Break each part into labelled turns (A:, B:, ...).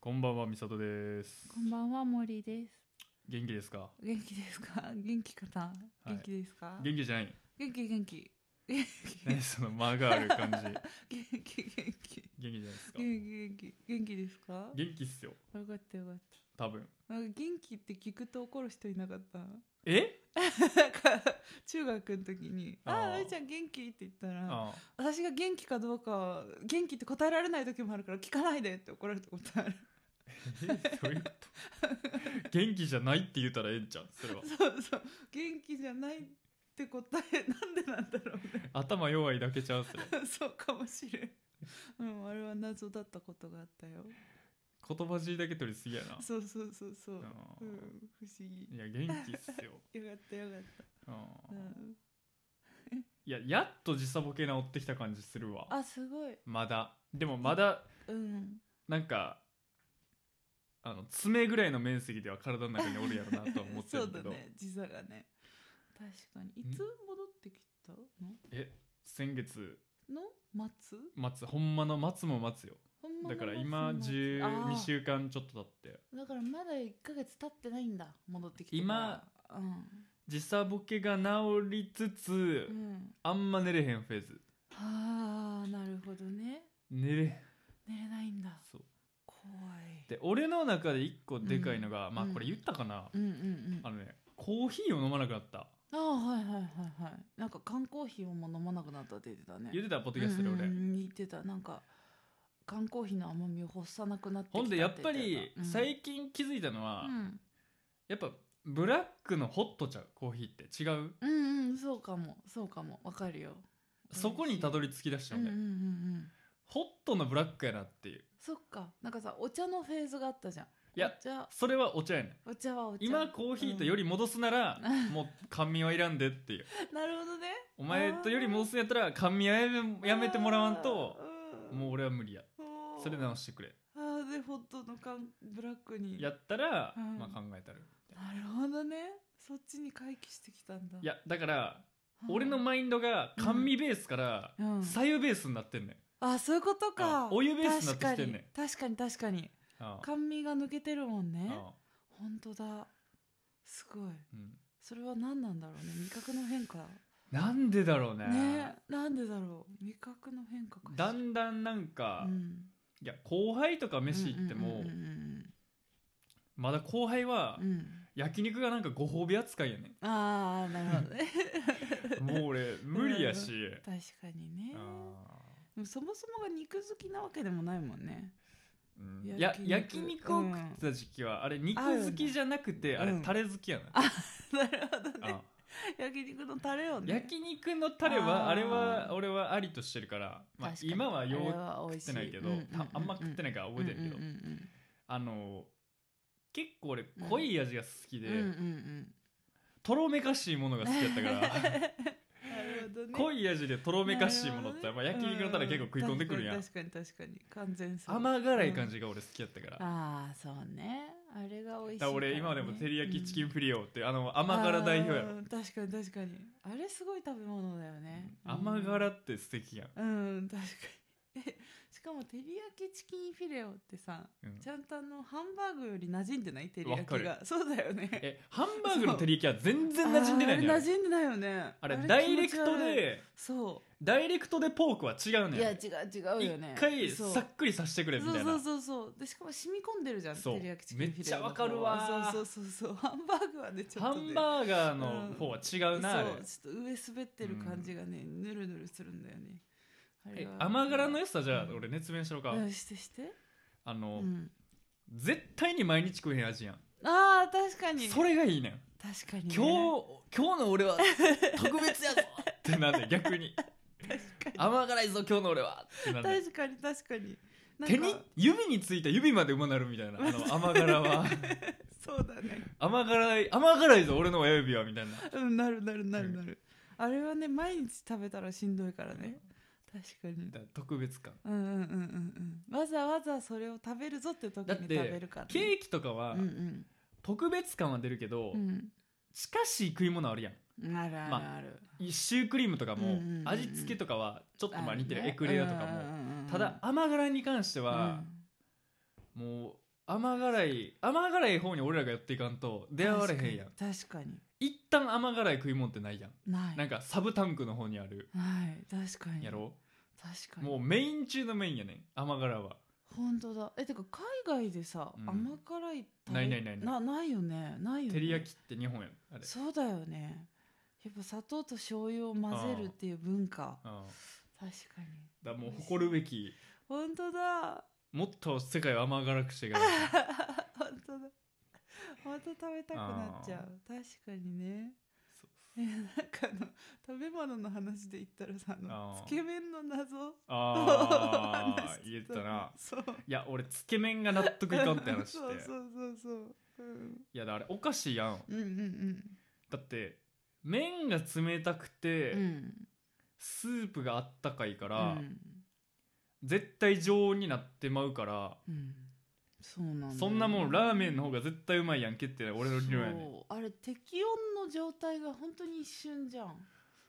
A: こんばんは、みさとです。
B: こんばんは森です。
A: 元気ですか
B: 元気ですか？元気かな？
A: い
B: 元気ですか？
A: 元気じゃない。
B: 元気元気元気
A: 何その間がある感じ。元
B: 元気元気
A: 気じゃないですか
B: 元気元気元気ですか？
A: 元気っすよ、
B: よかったよかっ
A: 多分。
B: た。なんか元気って聞くと怒る人いなかった。
A: え
B: なんか中学の時に「
A: あー
B: ああいちゃん元気?」って言ったら
A: あ
B: 私が元気かどうか元気って答えられない時もあるから聞かないでって怒られたことある
A: えどういうこと元気じゃないって言ったらええんちゃうそれは。
B: そうそう元気じゃないって答えなんでなんだろうね
A: 頭弱いだけちゃうそれ。
B: そうかもしれん。うん、あれは謎だったことがあったよ。
A: 言葉尻だけ取りすぎやな。
B: そうそうそうそう。
A: あ
B: うん
A: ー、
B: 不思議。
A: いや、元気っすよ。
B: よかったよかった。
A: あー
B: うん、
A: いや、やっと時差ボケ治ってきた感じするわ。
B: あ、すごい。
A: まだ。でもまだ、
B: うん。
A: なんか、あの爪ぐらいの面積では体の中におるやろなとは思って
B: そ
A: る
B: う
A: け
B: だ
A: ど、
B: ね、時差がね。確かに。いつ戻ってきたの
A: え先月
B: の末
A: 末ほんまの末も末よ
B: ほんま
A: だ
B: の
A: から
B: 末
A: 今
B: の末あ
A: 12
B: ー
A: 週間ちょっと経って
B: だからまだ1ヶ月経ってないんだ。戻ってきて。
A: 今、
B: うん。
A: 時差ボケが治りつつ
B: うん。
A: あんま寝れへんフェーズ
B: ああ、なるほどね。
A: 寝れへん
B: 寝れないんだ。
A: そう
B: 怖い。
A: で俺の中で一個でかいのが、まあ
B: うん
A: これ言ったかな、
B: うんうんうん。
A: あのねコーヒーを飲まなくなった
B: ああはいはいはいはいなんか缶コーヒーをもう飲まなくなったって言ってたね
A: 言ってたポッドキャストで
B: うん
A: 俺、
B: うんうん言ってたなんか缶コーヒーの甘みを欲さなくなってきた
A: ほんでやっぱ
B: 言
A: り
B: てたうん
A: 最近気づいたのは、
B: うん
A: やっぱブラックのホット茶コーヒーって違う
B: うんうんそうかもそうかもわかるよ
A: そこにたどり着きだし
B: う
A: た
B: ん
A: の
B: うん
A: ね、
B: うんうん
A: ホットのブラックやなっていう
B: そっかなんかさお茶のフェーズがあったじゃん
A: いや
B: お茶
A: それはお茶やねん
B: お茶はお茶
A: 今コーヒーとより戻すなら、
B: うん
A: もう甘味はいらんでっていう
B: なるほどね
A: お前とより戻すんやったら甘味はやめやめてもらわんともう俺は無理や
B: うん
A: それ直してくれ
B: あーでホットの缶ブラックに
A: やったら、
B: うん
A: まあ考えたる
B: なるほどねそっちに回帰してきたんだ
A: いやだから
B: はあ
A: 俺のマインドが甘味ベースから
B: うん
A: 左右ベースになってんねん、
B: あそういうことか
A: うんお湯ベースになってきてんねん
B: 確かに確かに確かに
A: ああ
B: 甘味が抜けてるもんね
A: ああ
B: 本当だすごい
A: うん
B: それは何なんだろうね味覚の変化
A: なんでだろうね
B: ねなんでだろう味覚の変化かしら
A: だんだんなんか、
B: うん
A: いや後輩とか飯行っても、
B: うんうん
A: まだ後輩は
B: うんうんうん
A: 焼肉がなんかご褒美扱いやねん
B: ああなるほ どね
A: もう俺無理やし、
B: 確かにね
A: あ
B: でもそもそもが肉好きなわけでもないも んね
A: ー
B: 焼
A: いや
B: 肉
A: 焼肉を食ってた時期は、あれ肉好きじゃなくてあ
B: ある
A: れ
B: んだ
A: タレ好きやな、
B: なるほどね
A: あ
B: 焼肉のタレをね
A: 焼肉のタレはあ
B: あー
A: れは俺はありとしてるから、まあ、
B: 確かに
A: 今はよう
B: あれ
A: 食
B: 美味
A: っ
B: して
A: ないけど、
B: うんうんうんうん
A: たあんま食ってないから覚えてるけど、
B: うんうんうん
A: あの結構俺濃い味が好き
B: う
A: で、
B: んうんうんうん
A: とろめかしいものが好きやったから
B: なる ほどね
A: 濃い味でとろめかしいものって、まあ、焼肉のタレ結構食い込んでくるやん
B: 確かに確かに確かに完全そう
A: 甘辛い感じが俺好きやったから、だか
B: ああそうねあれが美味しい
A: ら俺今でも照り焼きチキンフィリオって、あの甘辛代表やろ
B: あー確かに確かにあれすごい食べ物だよね
A: 甘辛って素敵やん、
B: うん、うん、確かにえしかも照り焼きチキンフィレオってさ
A: うん
B: ちゃんとあのハンバーグより馴染んでない照り
A: わ
B: 焼
A: か
B: き
A: る
B: がそうだよね
A: えハンバーグの照り焼きは全然馴染んでない
B: あ
A: の
B: ー
A: よ
B: あれ馴染んでないよね
A: あれ
B: 気持ち
A: ダイレクト
B: 悪い
A: で
B: そ
A: ダイレクトでポークは違う
B: う
A: の
B: いや
A: よ
B: 違う違うよね
A: 一回
B: そう
A: さっくりさせてくれみたい
B: そ
A: な
B: うそうそうそうでしかも染み込んでるじゃん
A: そう
B: 照り焼きチキンフィレオ
A: めっちゃわかるわ
B: そうそうそうそうハンバーグはねちょっ
A: ハ
B: とね
A: ンバーガーの方は違うな、あれ
B: そうちょっと上滑ってる感じがねぬるぬるするんだよねあれ
A: え
B: は
A: 甘辛の良さじゃあ
B: うん
A: 俺熱弁しようか、
B: うんしてして
A: あ
B: う
A: の、
B: ん
A: 絶対に毎日食えへん味やん
B: あー確かに
A: それがいいねん
B: 確かに、ね、
A: 今日今日の俺は特別やぞってなんで逆に
B: 確か
A: 甘辛いぞ今日の俺はってなんで
B: に確かに確かになんか
A: 手に指についた指までうまなるみたいなあ の甘辛は
B: そうだね
A: 甘辛い甘辛いぞ俺の親指はみたいな
B: うんなるなるなるなるあれはね毎日食べたらしんどいからね確かに
A: だから特別感
B: うんうんうんうんうんわざわざそれを食べるぞって時
A: だっ
B: に食
A: て
B: べるから、ね、
A: ケーキとかは
B: うんうん
A: 特別感は出るけど、
B: うん
A: 近しい食い物あるやん
B: あるある
A: ま
B: ある、
A: シュークリームとか
B: うん
A: も
B: うんうんうん
A: 味付けとかはちょっとまあ似てる
B: ね
A: エクレアとかも
B: うんうんうんうん
A: ただ甘辛に関しては
B: うん
A: もう甘辛い甘辛い方に俺らがやっていかんと出会われへんやん
B: 確かに確かに
A: 一旦甘辛い食い物ってないやん
B: ない
A: なんかサブタンクの方にある
B: はい確かに
A: やろ
B: 確かに
A: もうメイン中のメインやねん甘辛は
B: 本当だえてか海外でさ、
A: うん
B: 甘辛い食べ
A: ないないないない
B: なないよねないよね
A: 照り焼きって日本やんあれ
B: そうだよねやっぱ砂糖と醤油を混ぜるっていう文化
A: うん
B: 確かに
A: だからもう誇るべき
B: 本当だ
A: もっと世界を甘辛くしていかない と
B: 本当だまた食べたくなっちゃう確かにね
A: そう
B: えなんかあの食べ物の話で言ったらさあの
A: あー
B: つけ麺の謎
A: あ
B: 話
A: あ言ったな
B: そう
A: いや俺つけ麺が納得いかんって話して
B: そうそうそうそううん
A: いやだあれおかしいやん
B: うんうん
A: だって麺が冷たくて、
B: うんうん
A: スープがあったかいか
B: う
A: ら、
B: ん
A: 絶対常温になってまうから、
B: うんそうなんだよね
A: そんなもんラーメンの方が絶対うまいやんけって俺の理論やねん
B: そうあれ適温の状態が本当に一瞬じゃん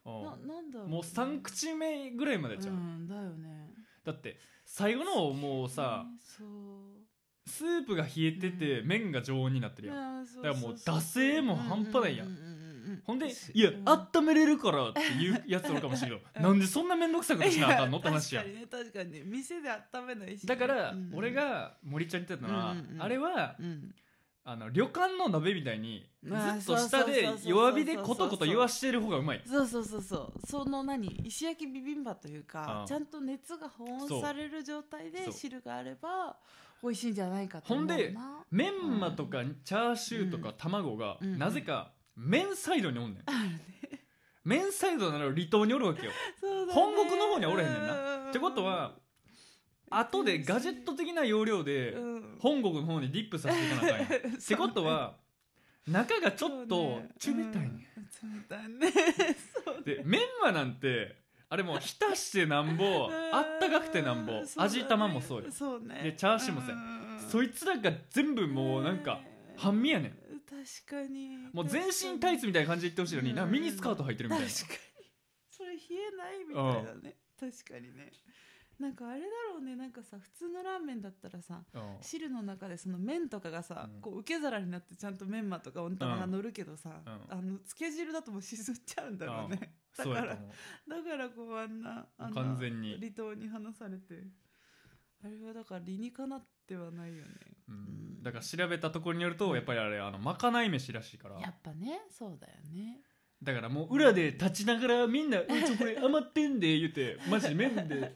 B: な
A: う
B: なんだろ
A: んもう3口目ぐらいまでじゃん、
B: うんだよね
A: だって最後の方もうさ
B: ねそう
A: スープが冷えてて、
B: うん
A: 麺が常温になってるやん、
B: あーそ
A: だからもう
B: そそ
A: 惰性も半端ないやん
B: うううんうう
A: ほんで
B: し
A: 「いや
B: うん
A: 温めれるから」っていうやつおるかもしれんけど なんでそんな面倒くさいことしなあかんのって話やん
B: い確かにね確かにね店で温めないしね
A: だから、
B: うん
A: 俺が森ちゃんに言ってたのは、
B: うんうんうん
A: あれは
B: うん
A: あの旅館の鍋みたいにず
B: あー
A: っと下で
B: そうそうそうそうそう
A: 弱火でコトコト言わしてる方がうまい
B: そうそうそうそうその何石焼きビビンバというか
A: うん
B: ちゃんと熱が保
A: そ
B: 温
A: う
B: される状態
A: そ
B: で
A: う
B: 汁があれば美味しいんじゃないかと思うな
A: ほんでメンマとかチャーシューとか卵が、
B: うん
A: なぜか麺サイドにおんねん
B: あるね
A: 麺サイドなら離島におるわけよ
B: そうだね
A: 本国の方にはおらへんねんな
B: な
A: ってことは後でガジェット的な要領で
B: うん
A: 本国の方にディップさせていかなあかんや んってことは中がちょっと冷たいねん
B: そうね うん冷たいねそう
A: でメンマなんてあれもう浸してなんぼあったかくてなんぼ
B: うそうだね
A: 味玉もそうよ
B: そうね
A: でチャーシューもそうやそ
B: い
A: いつらが全部もうなんか半身やねん
B: 確かに
A: もう全身タイツみたいな感じで言ってほしいのに
B: うん
A: なんかミニスカート履いてるみたいな
B: 確かにそれ冷えないみたいなね確かにねなんかあれだろうねなんかさ普通のラーメンだったらさ
A: うん
B: 汁の中でその麺とかがさ、
A: うん
B: こう受け皿になってちゃんとメンマとか温玉が乗るけどさ、
A: うん
B: あのつけ汁だともう沈っちゃうんだろうね、
A: そうや
B: だ
A: と
B: から
A: 思う
B: だからこうあんなあんな
A: 完全に
B: 離島に離されてあれはだから理にかなってはないよね
A: うんだから調べたところによるとやっぱりあれあのまかない飯らしいから
B: やっぱねそうだよね
A: だからもう裏で立ちながらみんな「うんちょこれ余ってんで」言う てマジで麺で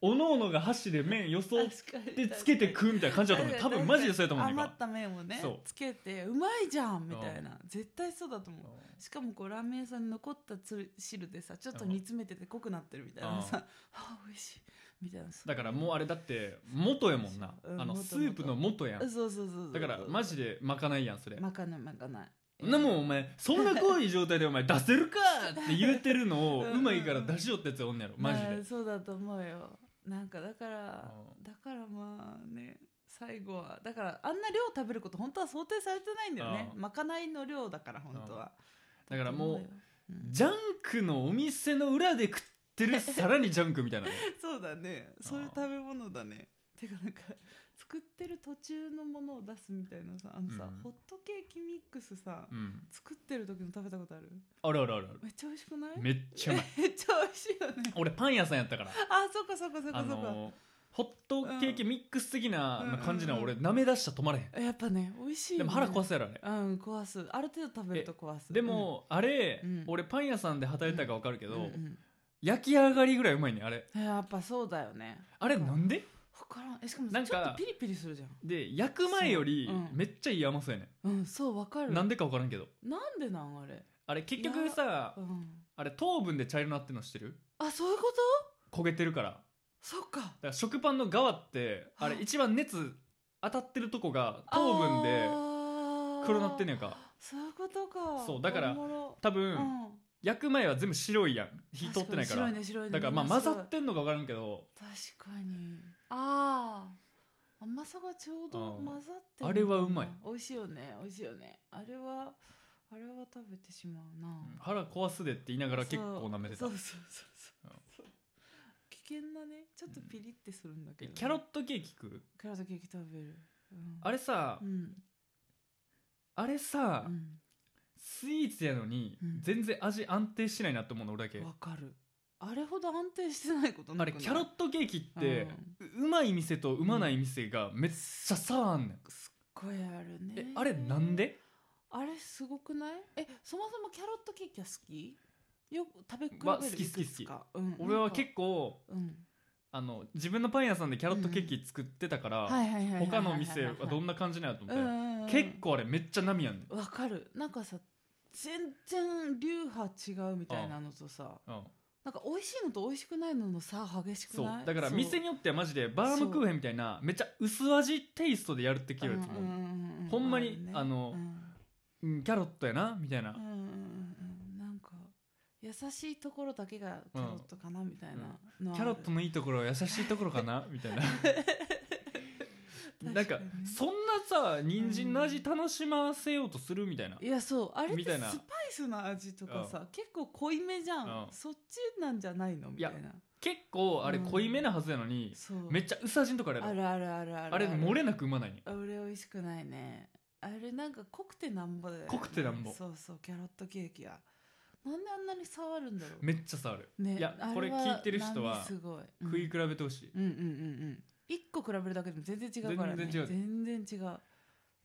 A: おのおのが箸で麺よそって
B: かに
A: つけて食うみたいな感じだと思う
B: 確
A: 多
B: かに
A: 分マジでそうやと思うねん
B: 余
A: か
B: った麺をね
A: そう
B: つけてうまいじゃんみたいな絶対そうだと思うしかもこうラーメン屋さんに残ったつ汁でさちょっと煮詰めてて濃くなってるみたいなさ「あ美味しい」みたいなさ
A: だからもうあれだって元やもんな、
B: うん
A: あの
B: 元々
A: スープの元やん
B: そうそうそうそう
A: だからマジでまかないやんそれ
B: まかないまかない
A: そんなもんお前そんな濃い状態でお前出せるかって言うてるのを
B: うん
A: うまいから出しよってやつがおんねやろマジで
B: まあ、そうだと思うよなんかだから
A: う
B: だからまあね最後はだからあんな量食べること本当は想定されてないんだよね
A: うん
B: まかないの量だから本当は
A: だからもう
B: だと思ようん
A: ジャンクのお店の裏で食ってるさらにジャンクみたいなね
B: そうだねそういう食べ物だねてかなんか作ってる途中のものを出すみたいなさあのさ、
A: うん
B: ホットケーキミックスさ、
A: うん
B: 作ってる時の食べたことある
A: あるあるあるある
B: めっちゃ美味しくない
A: めっちゃうまい
B: めっちゃ美味しいよね
A: 俺パン屋さんやったから
B: あ そっかそっかそっか
A: あ
B: そっか、
A: のホットケーキミックス的な感じな
B: うんうんうん
A: 俺舐め出したら止まれへん
B: やっぱね美味しい、ね、
A: でも腹壊
B: す
A: すやろあれ
B: うん壊すある程度食べると壊す
A: でもあれ
B: うん
A: 俺パン屋さんで働いてたか分かるけ
B: うん
A: ど
B: うん
A: 焼き上がりぐらいうまいねあれ
B: うんやっぱそうだよね
A: あれなんで
B: 分からんえしかも
A: なんか
B: ちょっとピリピリするじゃん
A: で焼く前より
B: そううん
A: めっちゃいい甘さやね
B: うんそうわかる
A: んなんでか分からんけど
B: なんでなんあれ
A: あれ結局さ
B: うん
A: あれ糖分で茶色になってるの知ってる
B: あそういうこと
A: 焦げてるからだか
B: そっから
A: 食パンの側ってあれ
B: あ
A: 一番熱当たってるとこが糖分で黒なってん
B: ね
A: ねんか
B: そういうことか
A: そうだから
B: おもろ
A: 多
B: う
A: 分
B: ん
A: 焼く前は全部白いやん火通ってないから
B: 確に白いね白いね
A: だからまあ
B: みんな
A: 混
B: すご
A: ざ
B: い
A: ってんのか分からんけど
B: 確かにああ甘さがちょうど
A: うん
B: 混ざってる
A: あれはうまい
B: 美味しいよね美味しいよねあれはあれは食べてしまうな、
A: 腹壊すでって言いながら結構舐めてた
B: そうそうそうそうそう危険なねちょっとピリってするんだけ
A: え
B: どね、
A: キャロットケーキ食う
B: キャロットケーキ食べるうん
A: あれさ、
B: うん
A: あれさ、
B: うん
A: スイーツやのに
B: うん
A: 全然味安定しないなと思うの俺だけ、
B: わかるあれほど安定してないことな
A: あ
B: く
A: れ
B: ない
A: キャロットケーキって
B: うん、
A: ううまい店とうまない店がめっちゃ差あんねん、
B: すっごいあるね
A: えあれなんで
B: あれすごくないえそもそもキャロットケーキは好きよく食べ比べる
A: わ好き好き
B: いくつかうん、
A: 俺は結構
B: 構、うん、
A: あの自分のパン屋さんでキャロットケーキ作ってたから、
B: はいはいはいはいはい
A: 他の店はどん
B: な
A: な感じなんやと思って、結構あれめっちゃ波やんねん、
B: わかるなんかさ全然流派違うみたいなのとさ
A: うん、
B: なんか美味しいのと美味しくないのの差激しく
A: そう
B: ない
A: だから店
B: に
A: によってはマジでバームクーヘンみたいなめっちゃ薄味テイストでやるってき
B: う
A: よるやつも、ほんまにあのうんキャロットやなみたいな、
B: うんうんうんうんなんか優しいところだけがキャロットかなみたいなのある
A: キャロットのいいところは優しいところかなみた いななんか
B: 確にね
A: そんなさ人参の味楽しませようとするみたいな、
B: いやそうあれっ
A: み
B: て
A: た
B: ス
A: いな
B: パイスの味とかさ結構濃いめじゃん
A: うん
B: そっちなんじゃないのみたいな
A: 結構あれ濃いめなはずやのに、
B: そう
A: めっちゃ薄味のとこあるや
B: あ
A: ろ
B: るあるあるある
A: あれ漏れなくうまないね
B: あれ美味しくないねあれなんか濃くてなんぼだよね
A: 濃くてなんぼ
B: そうそうキャロットケーキはなんであんなに触るんだろう
A: めっちゃ触る、
B: ね
A: いや
B: あ
A: これ聞いてる人は
B: 波すごいうん
A: 食い比べてほしい、
B: うんうんうんうん一個比べるだけでも全然違うからね
A: 全然違う
B: 全然違うなんか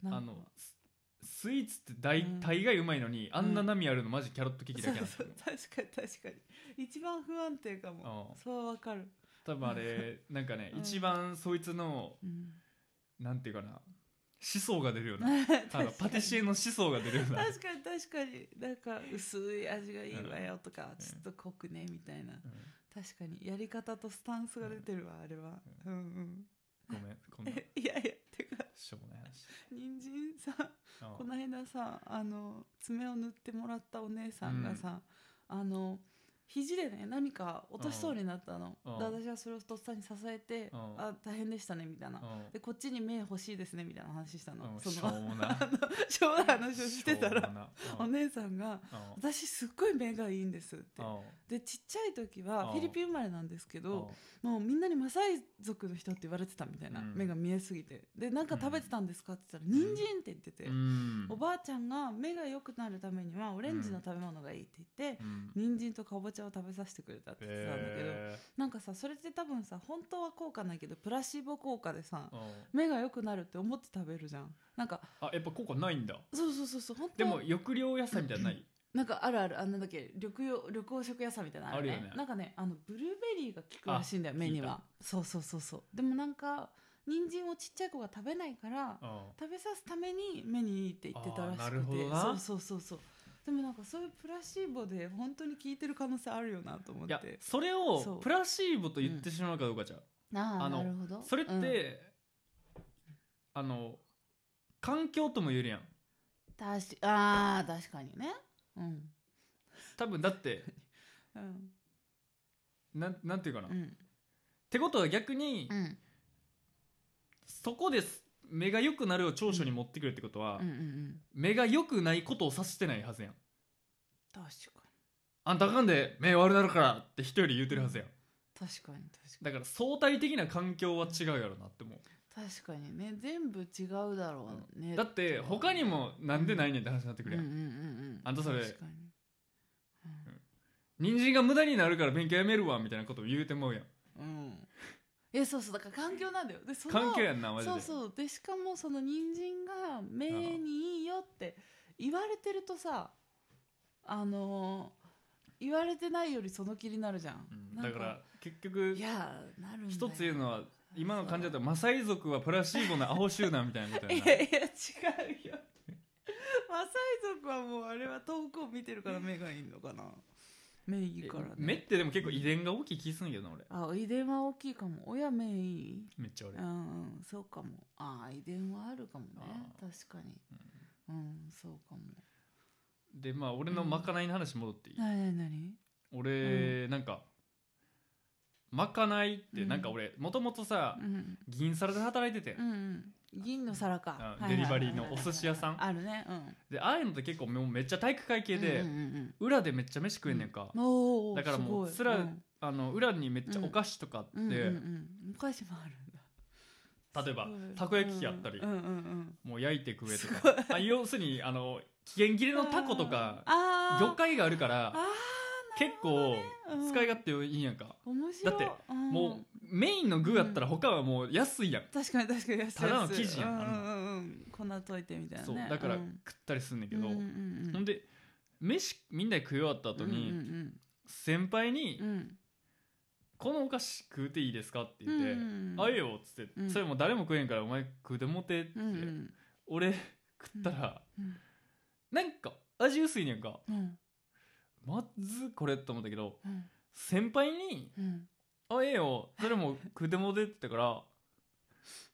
A: あのススイーツって大
B: うん
A: 大概うまいのに、あんな波あるのマジキャロットケーキだけなんです
B: そ
A: よ
B: うそう確かに確かに一番不安定かも
A: うん
B: そうわかる、
A: 多分あ れなんかね、
B: うん
A: 一番そいつの
B: うん、
A: なんていうかな思想が出るよう なあのパティシエの思想が出るような
B: 確かに確かになんか薄い味がいいわよとか、
A: ん
B: ちょっと濃くねみたいな
A: うん
B: 確かにやり方とスタンスが出てるわ、あれはうんうん
A: ごめんこんな
B: いやいやてか
A: しょうもない話
B: 人参さ
A: うん
B: この間さあの爪を塗ってもらったお姉さんがさ、あの肘でね何か落としそうになったの、
A: うん
B: で私はそれをとっさに支えて、
A: うん
B: あ大変でしたねみたいな、
A: うん
B: でこっちに目欲しいですねみたいな話したの、
A: うん
B: そ
A: しょ
B: の
A: う もない
B: しょうもない話をしてた
A: しょう
B: ら
A: もな
B: お姉さんが
A: うん
B: 「私すっごい目がいいんです」って
A: うん
B: でちっちゃい時
A: うん
B: はフィリピン生まれなんですけどもうみんなにマサイ族の人って言われてたみたいな、
A: うん
B: 目が見えすぎてで何か食べてたんですかって言ったら「人参って言ってて、
A: うん
B: おばあちゃんが目が良くなるためにはオレンジの食べ物がいいって言って、
A: うん
B: 人参とかぼちゃを食べさせてくれたって言ってたんだけど、
A: え
B: なんかさそれって多分さ本当は効果ないけどプラシーボ効果でさ
A: ーうん
B: 目が良くなるって思って食べるじゃんなんか
A: あやっぱ効果ないんだ
B: そうそうそうそう本当
A: で
B: は
A: も緑葉野菜みたいなのない
B: なんかあるあるあのなんだっけ緑用緑黄色野菜みたいなのある,、ね
A: あるよね
B: なんかねあのブルーベリーが効くらしいんだよ
A: あ
B: 目に
A: 聞い
B: はそうそうそうそうでもなんか人参をちっちゃい子が食べないから
A: うん
B: 食べさすために目にいいって言ってたらし
A: あーな
B: く
A: るほ
B: て
A: どな
B: そうそうそうそうでもなんかそういうプラシーボで本当に効いてる可能性あるよなと思っ
A: いや
B: て
A: それ
B: そ
A: を
B: う
A: プラシーボと言ってしまうかどうかじゃう
B: あ
A: あの
B: ほど
A: それって、
B: うん
A: あの環境とも言えるやん
B: たしあー確かにねうん
A: 多分だ って
B: うん
A: なんなんていうかな、
B: う
A: っ
B: ん
A: てことは逆に、
B: うん
A: そこです目が良くなるを長所に持ってくるってことは、
B: うんうんうん
A: 目が良くないことを指してないはずやん
B: 確か
A: あんたあかんで目悪なるからって人より言うてるはずやん
B: に確かに確かに
A: だから相対的な環境は違うやろなって思う
B: 確かにね全部違うだろうね
A: だって他にもなんでないねんって話になってくるやん、
B: うんうんうんうん
A: あんたそれ
B: 確かに
A: 人参が無駄になるから勉強やめるわみたいなことを言うてまうやん
B: うん、うん、えそうそうだから環境なんだよでその
A: 環境やんなマジで
B: そうそうでしかもその人参が目にいいよって言われてるとさあのー言われてないよりその気になるじゃん,
A: うん
B: な
A: だ
B: ん、
A: から結局
B: いやなるんだよ
A: 一つ言うのは今の感じだとマサイ族はプラシーボのアホ集団みたいなこと
B: い
A: やな
B: やいや違うよマサイ族はもうあれは遠くを見てるから目がいいのかな目いいからね
A: 目ってでも結構遺伝が大きい気すんけどな俺
B: あ遺伝は大きいかも親目いい
A: めっちゃ俺
B: うんうんそうかもああ遺伝はあるかもね
A: あ
B: 確かにうんそうかも
A: でまあ俺のまかないの話戻っていい、
B: なになに
A: 俺、なんかまかないってなんか俺もともとさ、
B: うん
A: 銀皿で働いてて、
B: うんうん銀の皿か、
A: うん
B: はいはいはい
A: デリバリーのお寿司屋さん
B: あるねうん
A: でああいうのって結構もうめっちゃ体育会系で、
B: うんうんうん
A: 裏でめっちゃ飯食えんねんか、
B: うんおー
A: だからもう
B: す
A: す
B: ごい
A: ら
B: うん
A: あの裏にめっちゃお菓子とかあって、
B: うんうんうんお菓子もあるんだ
A: 例えば
B: すごい
A: たこ焼き器あったり
B: うんうんうん
A: もう焼いて食えと
B: すごい
A: かあ要するにあの期限切れのタコとか
B: あー
A: 魚介があるから
B: あ
A: 結構
B: ーうん
A: 使い勝手いいんやんか、
B: 面白い
A: だって
B: うん
A: もうメインの具やったら他はもう安いやん、
B: 確かに確かに安い
A: ただの生地やん
B: う
A: あんなん
B: うんうんうん粉溶いてみたいな
A: そ
B: ね
A: うだから
B: う
A: 食
B: ん
A: ったりするんだけど、
B: うんうんうん、
A: ほんで飯みんなで食い終わった後に、
B: うん
A: 先輩に
B: うんうん
A: 「このお菓子食うていいですか?」って
B: う
A: 言
B: ん
A: って「
B: うんうん
A: あええよ」っつって、
B: うん
A: それもう誰も食えんからお前食うてもうて」って、
B: うんうん
A: 俺食ったら、
B: うん
A: なんか味薄いねんか
B: うん
A: まずこれと思ったけど
B: うん
A: 先輩に
B: うん
A: 「あええよそれも食うてもうて」って言ったからも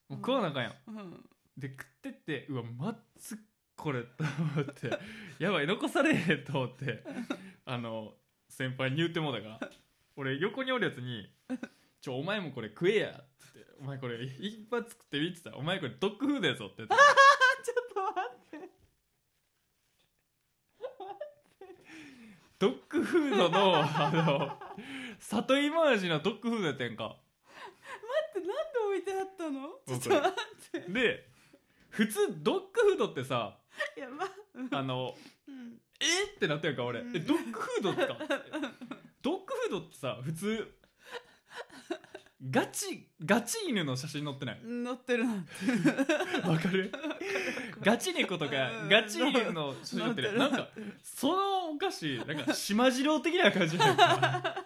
A: う食わなあかんやん、
B: うん
A: で食ってってうわまずこれと思ってやばい残されへんと思ってあの先輩に言ってもうたから俺横におるやつに「ちょお前もこれ食えや」ってって「お前これ一発食ってみ」って言ったら「お前これドッグフードやぞ」って言って
B: ちょっと待って
A: ドッグフードのあの里芋味のドッグフードやったやんか
B: 待ってなんで置いてあったのちょっ
A: 僕
B: と待って
A: で普通ドッグフードってさ
B: いやばうん
A: あの
B: うん
A: 「えっ?」てなったやんか俺「
B: うん
A: えドッグフードっすか?」ドッグフードってさ普通ガチガチ犬の写真載ってない
B: 乗ってるなんて
A: わかるガチ猫とか
B: うん
A: ガチ犬の写真載ってる
B: 乗
A: なん
B: ってる
A: かそのお菓子なんか島次郎的な感じじゃないかだか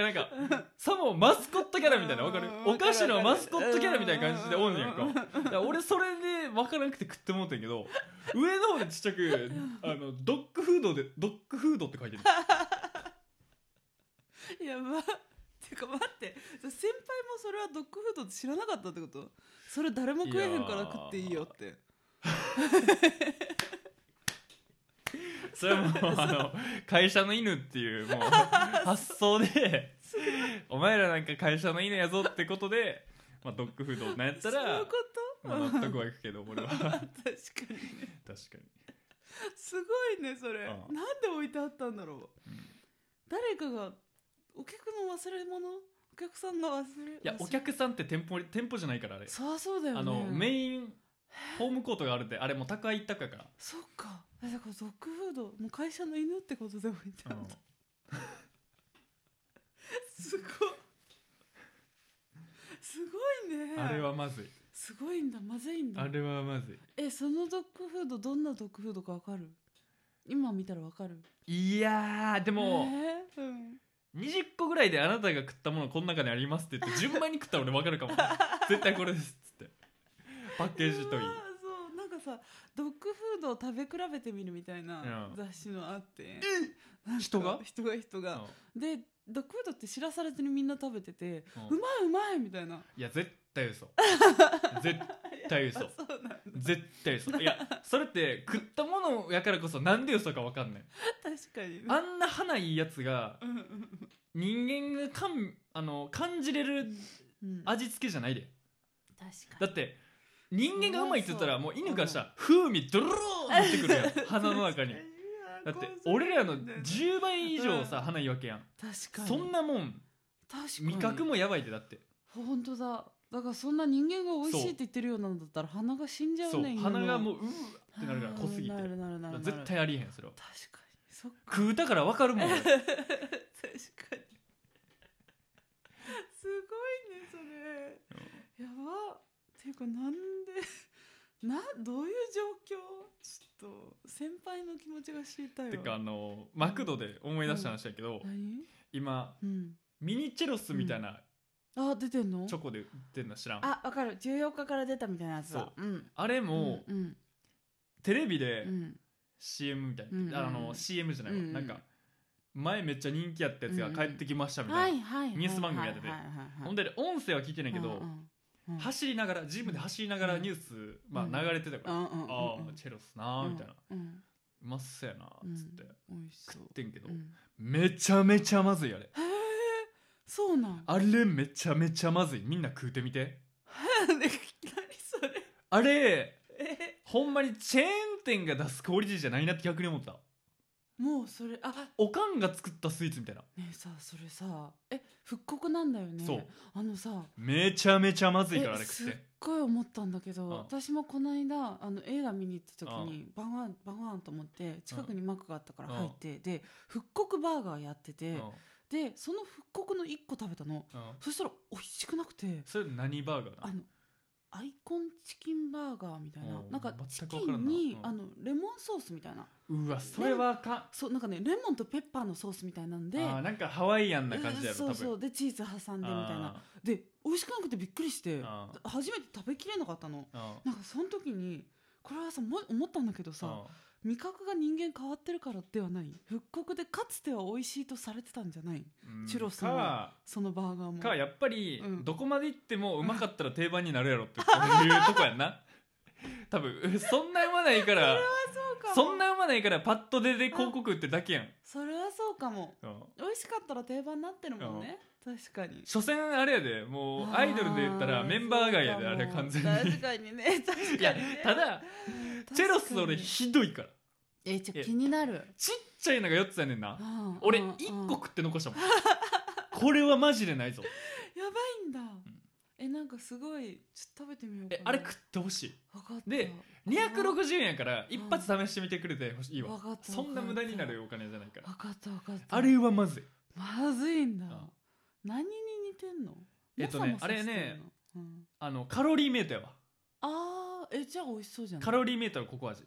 A: らなんかさもマスコットキャラみたいなわかる
B: うん
A: お菓子のマスコットキャラみたいな感じでおんねやん
B: うん
A: かだから俺それで分からなくて食ってもうてんけど上の方でちっちゃくあのドッグフードでドッグフードって書いてる
B: やばてか待って先輩もそれはドッグフードって知らなかったってことそれ誰も食えへんから食っていいよって
A: それはもうあの会社の犬っていうもう発想でお前らなんか会社の犬やぞってことで、まあ、ドッグフードなんやった
B: そうい
A: ら
B: うこと、
A: まあ、納得はいくけど俺は確か
B: 確か
A: に
B: にすごいねそれ、
A: うん
B: なんで置いてあったんだろう、
A: うん
B: 誰かがお客の忘れ物お客さんが忘れ
A: いやお客さんって店舗店舗じゃないからあれ、
B: そうそうだよね
A: あのメインホームコートがあるってあれもう高い高い から、
B: そっかえだからドッグフードもう会社の犬ってことで置いてあ
A: う
B: っ
A: ん
B: た、すごいすごいね
A: あれはまずい
B: すごいんだまずいんだ
A: あれはまず
B: えそのドッグフードどんなドッグフードかわかる今見たらわかる
A: いいやーでも、
B: えーうん、
A: 20個ぐらいであなたが食ったものこの中にありますって言って順番に食ったら俺分かるかも絶対これですっつってパッケージといいう
B: わそうなんかさドッグフードを食べ比べてみるみたいな
A: うん
B: 雑誌のあって、
A: え人が
B: 人が人
A: うん
B: が、でドッグフードって知らされずにみんな食べてて、
A: う
B: うんまいうまいみたいな
A: いや絶対 嘘絶対嘘
B: そうなんだ
A: 絶対嘘いやそれって食ったものやからこそなんで嘘か分かんない
B: 確かに
A: あんな花いいやつが
B: うんうん
A: 人間がかんあの感じれる
B: うんうん確
A: 味付けじゃないで
B: か
A: だ
B: に
A: って人間がうまいって言ったらもう犬がしたら風味ドローンってくるやん鼻 の中にだって俺らの
B: じ
A: 10倍以上さ花いいわけやん
B: 確かに
A: そんなもん
B: 確かに
A: 味覚もやばいでだって
B: 本当だだからそんな人間が美味しいって言ってるようなんだったら鼻が死んじゃ
A: そうう
B: ね
A: 鼻がも
B: う
A: ううわってなるから濃すぎて
B: なるなるなるなる
A: 絶対ありえへんそれは
B: 確かにそっか
A: 食うたから分かるもん 俺
B: 確かにすごいねそれやばっていうかなんでなどういう状況ちょっと先輩の気持ちが知りたいわ
A: てかあのマクドで思い出した話だけど、
B: 何
A: 今
B: うん
A: ミニチェロスみたいな
B: あ出てんの
A: チョコで売ってんの知らん、あ
B: あわかる14日から出たみたいなやつだ
A: そう
B: うん
A: れも
B: うん
A: テレビ
B: う
A: で
B: ん
A: CM みたいな、
B: うん
A: あの CM じゃないわ、
B: うん
A: なんか前めっちゃ人気やったやつが帰ってきましたみたいな、
B: はいはいはい
A: ニュース番組やってて
B: はいはいはいはい
A: ほんで音声は聞いてないけど、
B: うんうんうん
A: 走りながらジムで走りながらニュース、まあ、流れてたから、
B: うんうん
A: あ
B: うんうん
A: あチェロスなーみたいな、
B: うんうん
A: うまそうやなーっつって
B: 美味しそう
A: 食ってんけど、
B: うん
A: めちゃめちゃまずいあれ
B: へえそうなん
A: あれめちゃめちゃまずいみんな食うてみて
B: 何それ
A: あれ
B: え
A: ほんまにチェーン店が出すクオリティじゃないなって逆に思った
B: もうそれあ
A: おかんが作ったスイーツみたいな
B: ねえさそれさえ復刻なんだよね
A: そう
B: あのさ
A: めちゃめちゃまずいからあれ
B: えす
A: 食っ
B: ってごい思ったんだけど、
A: ん
B: 私もこの間あの映画見に行った時に晩ご飯晩ご飯と思って近くにマックがあったから入って、で復刻バーガーやってて、
A: うん
B: でその復刻の1個食べたの
A: うん
B: そしたら美味しくなくて
A: それ何バーガー
B: あ
A: な
B: のアイコンチキンバーガーみたいな
A: うん
B: なんかチ
A: 全く
B: キ
A: わからん
B: ン
A: な
B: に
A: うん
B: あのレモンソースみたいな
A: うわそれはあかん
B: そうなんかねレモンとペッパーのソースみたいなんで
A: あーなんかハワイアンな感じやろ
B: そうそ
A: 多分
B: うでチーズ挟んでみたいなで美味しくなくてびっくりして
A: あ
B: 初めて食べきれなかったの
A: あー
B: なんかその時にこれはさも思ったんだけど
A: う
B: さ
A: ん
B: 味覚が人間変わってるからではない復刻でかつては美味しいとされてたんじゃない
A: うん
B: チュロスの
A: か
B: そのバーガーも
A: かやっぱり
B: うん
A: どこまで行ってもうまかったら定番になるやろってそういうとこやんな多分そんなうまないから
B: そうかも
A: そんなうまないからパッと出て広告売ってるだけやん、
B: それはそうかも
A: うん
B: 美味しかったら定番になってるもんね確かに
A: 所詮あれやでもうアイドルで言ったら
B: あー
A: メンバー外やで
B: そう
A: あ
B: かも
A: れ完全に
B: 確かにね確かに ね
A: いやただ
B: 確かに
A: チェロス俺ひどいから
B: えじゃ
A: え
B: あ気になる
A: ちっちゃいのが4つやねんな
B: うん
A: 俺
B: うんうん
A: 1個食って残したもんこれはマジでないぞ
B: やばいんだえなんかすごいちょっと食べてみようか
A: え
B: な
A: あれ食ってほしい
B: わかった
A: で260円やから一発試してみてくれてほしいわ
B: わかった
A: そんな無駄にな
B: わ
A: るお金じゃないから
B: わかったわかった
A: あれはまずい
B: まずいんだ
A: うん
B: 何に似てんの
A: えっとね
B: モサモサしてんの
A: あれね
B: うん
A: あのカロリーメイトやわ
B: あーえじゃあ美味しそうじゃん
A: カロリーメイトはココア味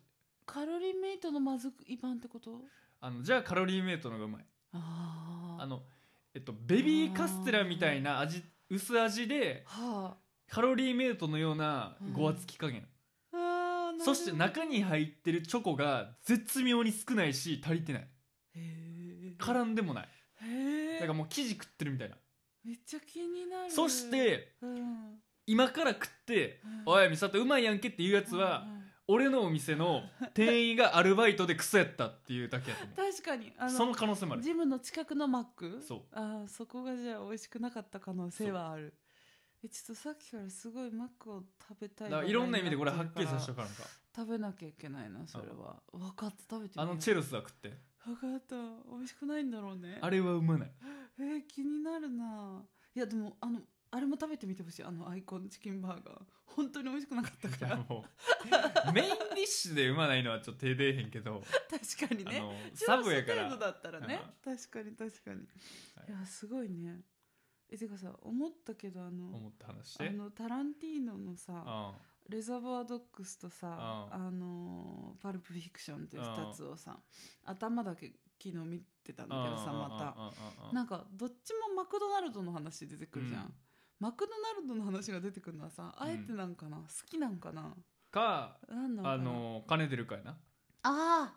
B: カロリーメイトのまずい版ってこと
A: あのじゃあカロリーメイトの方がうまい
B: あー
A: あのえっとベビーカステラみたいな味薄味で
B: は
A: カロリーメイトのようなごわつき加減、
B: ああーなるほど
A: そして中に入ってるチョコが絶妙に少ないし足りてない
B: へえ
A: 絡んでもない
B: へ
A: だ
B: え
A: からもう生地食ってるみたいな
B: めっちゃ気になる
A: そして
B: うん
A: 今から食って「おい美里うまいやんけ」っていうやつは
B: うんうん
A: 俺のお店の店員がアルバイトでクソやったっていうだけやと思
B: 確かに
A: う
B: あの
A: その可能性もある
B: ジムの近くのマック
A: そう
B: あーそこがじゃあ美味しくなかった可能性はあるえちょっとさっきからすごいマックを食べた
A: だ
B: い
A: からいろんな意味でこれはっきり
B: 話題に
A: さ
B: な
A: せ
B: て
A: てお
B: るか
A: かんから
B: 食べなきゃいけないなそれは分かった食べてみ
A: あ
B: よう
A: のチェロスは食って
B: 分かった美味しくないんだろうね
A: あれはうまない
B: えー気になるないやでもあのあれも食べてみてほしいあのアイコンチキンバーガー本当に美味しくなかった
A: い
B: か
A: や
B: ら
A: もうメインディッシュでうまないのはちょっと手出えへんけど
B: 確かに
A: あ
B: ね
A: のサブやか
B: チュロス程度
A: ら
B: だったらね、確かに確かに、
A: はい
B: い、やすごいねえてかさ思ったけどあの
A: 思って話し
B: あ
A: て
B: のタランティーノの
A: う
B: さ
A: ん
B: 「レザーバードッグス」とさ
A: う
B: 「あのーパルプ・フィクション」っていう2つをさ頭だけ昨日見てたんだけどさま
A: た
B: たなんかどっちもマクドナルドの話出てくるじゃん、
A: うん
B: マクドナルドの話が出てくるのはさあえてなんかな、好きなんかな
A: か
B: なんなんかな
A: あの金出るかいな
B: あ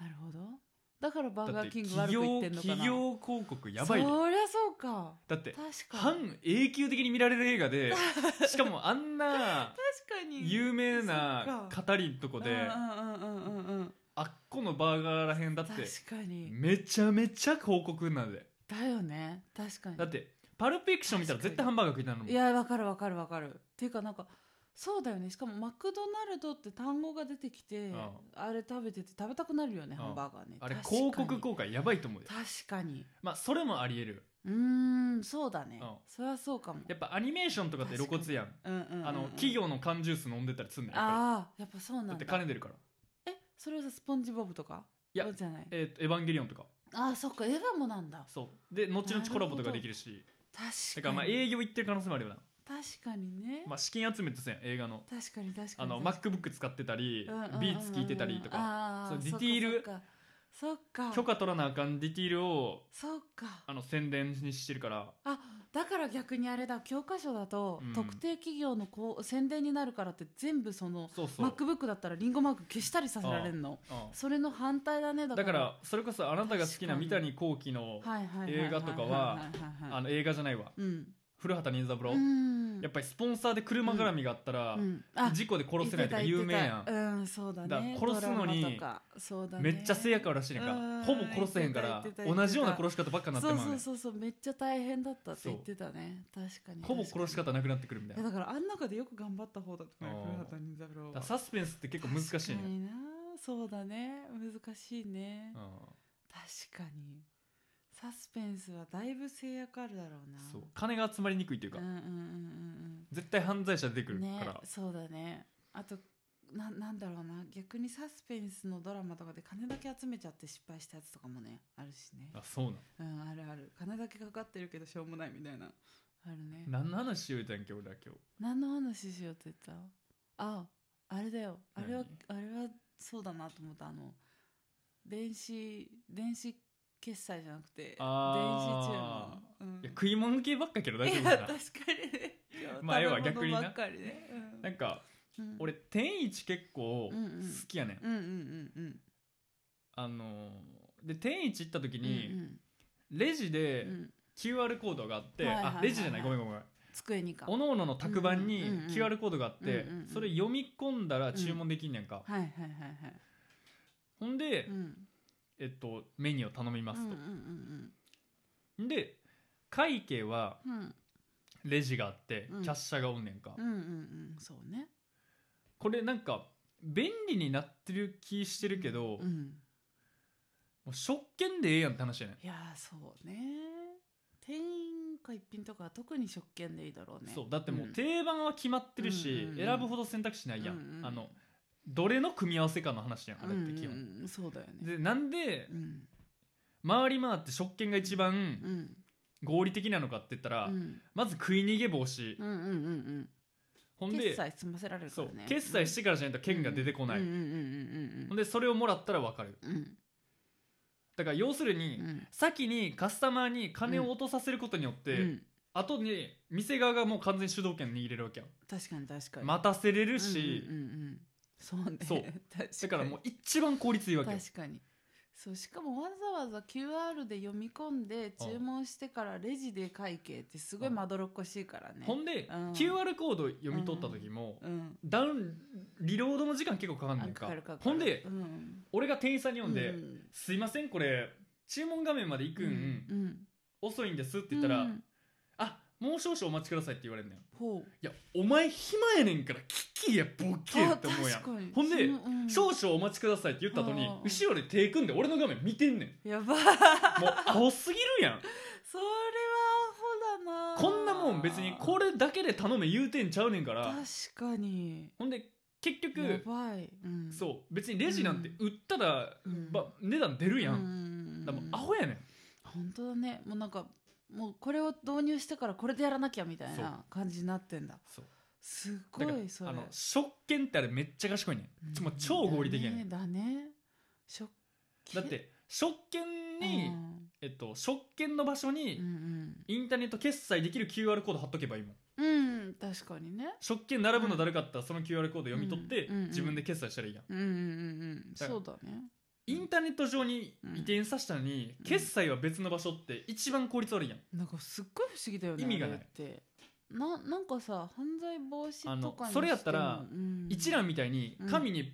B: ーなるほどだからバー
A: だって
B: ガーキング
A: 企
B: 悪く言
A: 業
B: ってんのかな
A: 企業広告やばいで
B: そりゃそうか
A: だって
B: 確かに
A: 半永久的に見られる映画で しかもあんな
B: 確かに
A: 有名
B: そ
A: な
B: っか
A: 語りんとこで
B: うんうんうんうんうん
A: あっこのバーガーらへんだって
B: 確かに
A: めちゃめちゃ広告なんで
B: だよね確かに
A: だってパルプフィクション見たら絶対ハンバーガー食いたいのもん
B: いやわかるわかるわかるっていうかなんかそうだよねしかもマクドナルドって単語が出てきて、
A: うん
B: あれ食べてて食べたくなるよね、
A: うん
B: ハンバーガーね
A: あれ
B: 確かに
A: 広告効果やばいと思うよ
B: 確かに
A: まあそれもありえる
B: うーんそうだね、
A: うん
B: そりゃそうかも
A: やっぱアニメーションとかって露骨やん
B: うんうんうんうん
A: あの企業の缶ジュース飲んでたりすんねんやっぱ
B: ああやっぱそう
A: り
B: な
A: だっ
B: ん
A: て
B: だ
A: 金出るから
B: えそれはさスポンジボブとか
A: いや
B: じゃない
A: えーとエヴァンゲリオンとか
B: ああそっかエヴァもなんだ
A: そうで後々コラボと
B: なる
A: か
B: ほど
A: できるしだか
B: 確からに
A: まあ営業行ってる可能性もあるよな、
B: 確かにね、
A: まあ、資金集めてせん映画の
B: 確かに確かに
A: あの
B: 確かに
A: MacBook 使ってたり
B: うんうんうんうん
A: ビーツ聴いてたりとか
B: あー
A: そうディティール
B: そっかそっか
A: 許可取らなあかんディティールを
B: そっか
A: あの宣伝にしてるから
B: あだから逆にあれだ教科書だと、
A: うん
B: 特定企業のこう宣伝になるからって全部その
A: そうそう、
B: MacBook だったらリンゴマーク消したりさせられるの
A: う
B: それの反対だね
A: ん
B: だか
A: だか
B: ら
A: らそれこそあなたが好きな三谷幸喜の
B: はいはいはい
A: 映画とかはい
B: いいい
A: あの映画じゃないわ
B: うん
A: 古畑任三郎、
B: うん
A: やっぱりスポンサーで車絡みがあったら、
B: うんあ
A: 事故で殺せないとか有名やん、
B: 言ってた言ってたうんそうだ
A: だ
B: ね
A: から殺すのに
B: ドラマとかそうだね
A: めっちゃせやからしいねんか
B: うん
A: ほぼ殺せへんから
B: 言ってた言ってた
A: 同じような殺し方ばっかなって
B: そう
A: まう
B: そ
A: ね
B: うんそうそうめっちゃ大変だったって言ってたね確かに
A: ほぼ殺し
B: 確か
A: 方なくなってくるみたい
B: にい
A: な
B: やだからあん中でよく頑張った方だとか
A: あー
B: 古畑任三郎
A: だからサスペンスって結構難しい
B: 確か
A: ね
B: になそうだね難しいね
A: うん、
B: 確かにサスペンスはだいぶ制約あるだろうな
A: そう金が集まりにくいというか、
B: うんうんうんうん
A: 絶対犯罪者出てく
B: うん
A: るか
B: ね
A: ら、
B: そうだねあとななんだろうな逆にサスペンスのドラマとかで金だけ集めちゃって失敗したやつとかもねあるしね
A: あそうなん
B: うんあるある金だけかかってるけどしょうもないみたいなあるね
A: 何の話しようたんけ俺は今日
B: 何の話しようって言ったああれだよあれはあれはそうだなと思ったあの電子電子決済じゃなくて電子注
A: あ
B: 文、うん
A: いや食い物系ばっかやけど大丈夫
B: い
A: か
B: や確
A: な
B: かにね
A: まあ要は逆にな
B: 食べ物ばっかりねうん
A: なんか
B: うん
A: 俺天一結構好
B: うんうん
A: きやねん、
B: うんうんうんうん
A: あのーで天一行った時
B: う
A: に
B: ん
A: レジ
B: う
A: で
B: んうん
A: QR コードがあって、
B: はいはいはいは
A: あ
B: い
A: レジじゃないごめんごめん
B: 机にか
A: おのおのの卓板に
B: うんうんうんうん
A: QR コードがあって、
B: うんうんうん
A: それ読み込んだら注文できんねんか、
B: はいはいはいはい
A: ほんで、
B: うん
A: えっと、メニューを頼みます
B: うんうん
A: と、
B: うん
A: んで会計は
B: うんうん
A: レジがあって、
B: うん
A: キャッシャーがおんねんか、
B: うんうんうんそうね
A: これなんか便利になってる気してるけど、
B: う
A: も
B: ん
A: う食券でええやんって話やねん
B: いやーそうね店員か一品とかは特に食券でいいだろうね
A: そうだってもう
B: うん
A: 定番は決まってるし、
B: うんうんうん
A: 選ぶほど選択肢ないやん、
B: うんうん
A: あのどれの組み合わせかの話やんあれって基本、
B: うんうんうんそうだよね
A: でなんで
B: うん
A: 回り回って食券が一
B: う
A: 番
B: ん
A: 合理的なのかって言ったら、
B: うん
A: まず食い逃げ防止、
B: うんうんうん
A: ほ
B: うんん
A: で
B: 決済済ませられるか
A: そ
B: ら
A: う
B: ね
A: 決済してからじゃないと券が出てこない、
B: うんうんうんうんうん
A: ほんでそれをもらったら分かる
B: うんうん
A: だから要するに、
B: うん
A: 先にカスタマーに金を落とさせることによって、
B: うん
A: 後に店側がもう完全に主導権握れるわけやん
B: 確かに確かに
A: 待たせれる
B: る
A: し、
B: うんうんうんそうね
A: そう
B: 確
A: だからもう
B: う
A: 一番効率いいわけよ
B: 確かにそうしかもわざわざ QR で読み込んで注文してからレジで会計ってすごいまどろっこしいからね
A: ほんで、
B: うん
A: QR コード読み取った時も、
B: うん
A: ダウンリロードの時間結構かかんね
B: あ
A: んか
B: かかるかかる
A: ほんで、
B: うん
A: 俺が店員さんに呼んで「
B: うん
A: すいませんこれ注文画面まで行くん、
B: うん、っ
A: 遅いんです」って言ったら「
B: うん、
A: あもう少々お待ちください」って言われんねんい
B: ほう
A: やお前暇やねんから聞きやボケやって思うや
B: あ確かに
A: んほんで
B: そのう
A: 「少々お待ちください」って言った後に
B: あー
A: 後ろで手組んで俺の画面見てんねん
B: や
A: も
B: ば
A: う青すぎるやん
B: それはアホだな
A: こんなもん別にこれだけで頼め言うてんちゃうねんから
B: 確かに
A: ほんで結局
B: やばい、うん、う
A: そう別にレジなんて売ったら、
B: うん
A: ば値段出るやん、
B: ん
A: だからもうアホやねん
B: 本当だねもうなんかもうこれを導入してからこれでやらなきゃみたいな感じになってんだ
A: そう
B: すご
A: だから
B: いそれ
A: あの食券ってあれめっちゃ賢いねん、
B: うん
A: もう超合理的やねん
B: だねだね食器
A: だって食券に、
B: うん
A: えっと、食券の場所
B: う
A: に
B: ん
A: インターネット決済できる QR コード貼っとけばいいもん
B: うん、うん、確かにね
A: 食券並ぶのだるかったらその QR コード読み取って、
B: うんうんうん
A: 自分で決済したらいいやん
B: うんうんうんうん
A: だから
B: そうだね
A: インターネット上に移転させたのに、
B: うん
A: 決済は別の場所って一番効率悪いやん、
B: なんかすっごい不思議だよね
A: 意味がない
B: あれってななんかさ犯罪防止とか
A: あ
B: に
A: のそれやったら
B: してもうん
A: 一覧みたいに
B: うん
A: 紙に、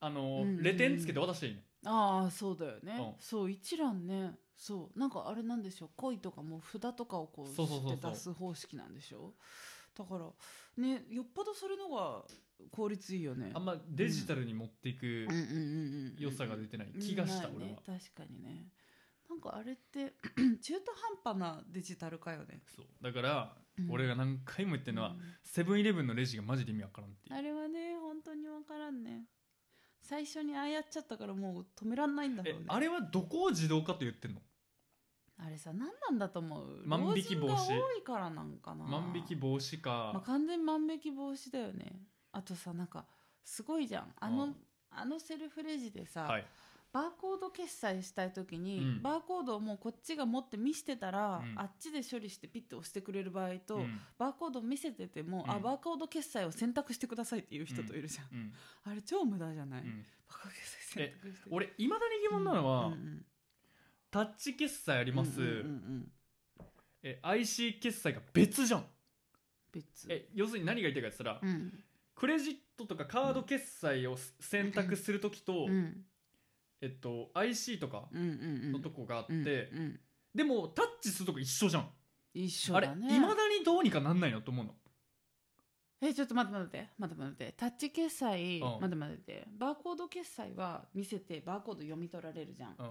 A: あの
B: うんうんうん
A: レテンつけて渡していいねん
B: ああそうだよね、
A: うん
B: そう一覧ねそうなんかあれなんでしょう恋とかも札とかをこう
A: そうそうそうそう
B: して出す方式なんでしょだからねよっぽどそれのが効率いいよね
A: あんまデジタルに持っていく
B: うんうんうんうん
A: 良さが出てない気がした
B: ない
A: 俺は
B: ね、確かにねなんかあれって 中途半端なデジタル化よね
A: そうだから
B: うん
A: 俺が何回も言ってるのは
B: うん
A: セブンイレブンのレジがマジで意味わからんっていう
B: あれはね本当に分からんね最初にああやっちゃったからもう止めらんないんだろ
A: え
B: うね
A: あれはどこを自動化と言ってんの
B: あれさ何なんだと思う
A: 万引き防止
B: 老人が多いからなんかな
A: 万引き防止か、
B: まあ、完全に万引き防止だよねあとさなんかすごいじゃんあの、
A: うん
B: あのセルフレジでさ、
A: はい、
B: バーコード決済したい時に、
A: うん
B: バーコードをもうこっちが持って見せてたら、
A: うん
B: あっちで処理してピッと押してくれる場合と、
A: うん
B: バーコード見せてても、
A: う
B: あ
A: ん
B: バーコード決済を選択してくださいっていう人といるじゃん、
A: うん
B: あれ超無駄じゃない、
A: うん
B: バーコード決済選択して
A: 俺いまだに疑問なのは、
B: うんうん
A: タッチ決済あり
B: うん
A: ます、
B: うんうんうん
A: え IC 決済が別じゃん
B: 別
A: え要するに何が言いたいかって言ったら、
B: うん
A: クレジットとかカード決済を選択する時と、
B: うん
A: えっと、IC とか
B: うんうんうん
A: のとこがあって、
B: うんうん
A: でもタッチするとこ一緒じゃん、
B: 一緒
A: あれい
B: だね
A: まだにどうにかなんないのと思うの
B: えちょっと待って待って待って待ってタッチ決
A: う
B: 済、
A: ん
B: 待って待ってバーコード決済は見せてバーコード読み取られるじゃん、
A: うん、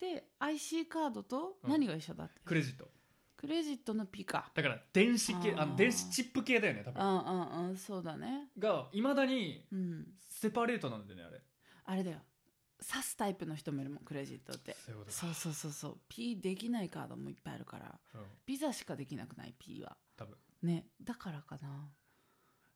B: で IC カードと
A: うん
B: 何が一緒だって、
A: クレジット
B: クレジットのピカ
A: だから電子系
B: あー
A: あの電子チップ系だよね多分
B: うんうんうんそうだね
A: がいまだに
B: うん
A: セパレートなんだよねあれ
B: あれだよ刺すタイプの人もいるもんクレジットって
A: そういうことか
B: そうそうそうそう P できないカードもいっぱいあるから
A: うん
B: ビザしかできなくない P は
A: 多分
B: ねだからかな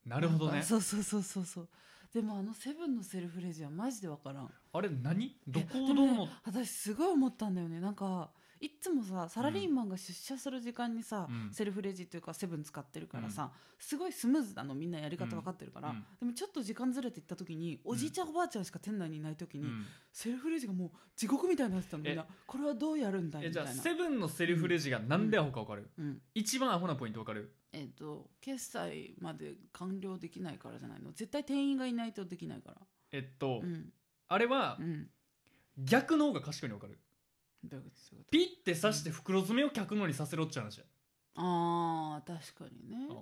A: なるほど
B: なん
A: ね
B: かそうそうそうそうそうでもあのセブンのセルフレジはマジでわからん
A: あれ何どこ
B: え
A: を
B: で
A: どう
B: も
A: も
B: ね、私すごい思ったんだよねなんかいっつもさサラリーマンが出社する時間にさ、
A: うん
B: セルフレジというかセブン使ってるからさ、すごいスムーズなのみんなやり方分かってるから、
A: うん
B: でもちょっと時間ずれていった時におじいちゃん、おばあちゃんしか店内にいない時
A: う
B: に、
A: ん
B: セルフレジがもう地獄みたいになってたのみんなこれはどうやるんだい
A: え
B: み
A: じ
B: た
A: ゃ
B: い
A: あ
B: な
A: セブンのセルフレジがなんでアホか分かる、
B: うん
A: 一番アホなポイント分かる
B: えっ、と決済まで完了できないからじゃないの絶対店員がいないとできないから
A: えっと、
B: うん
A: あれは
B: うん
A: 逆の方が賢いに分かる
B: どういうことどういうこと
A: ピッて刺して袋詰めを客のにさせろっちゃう話や、
B: あー確かにね
A: うん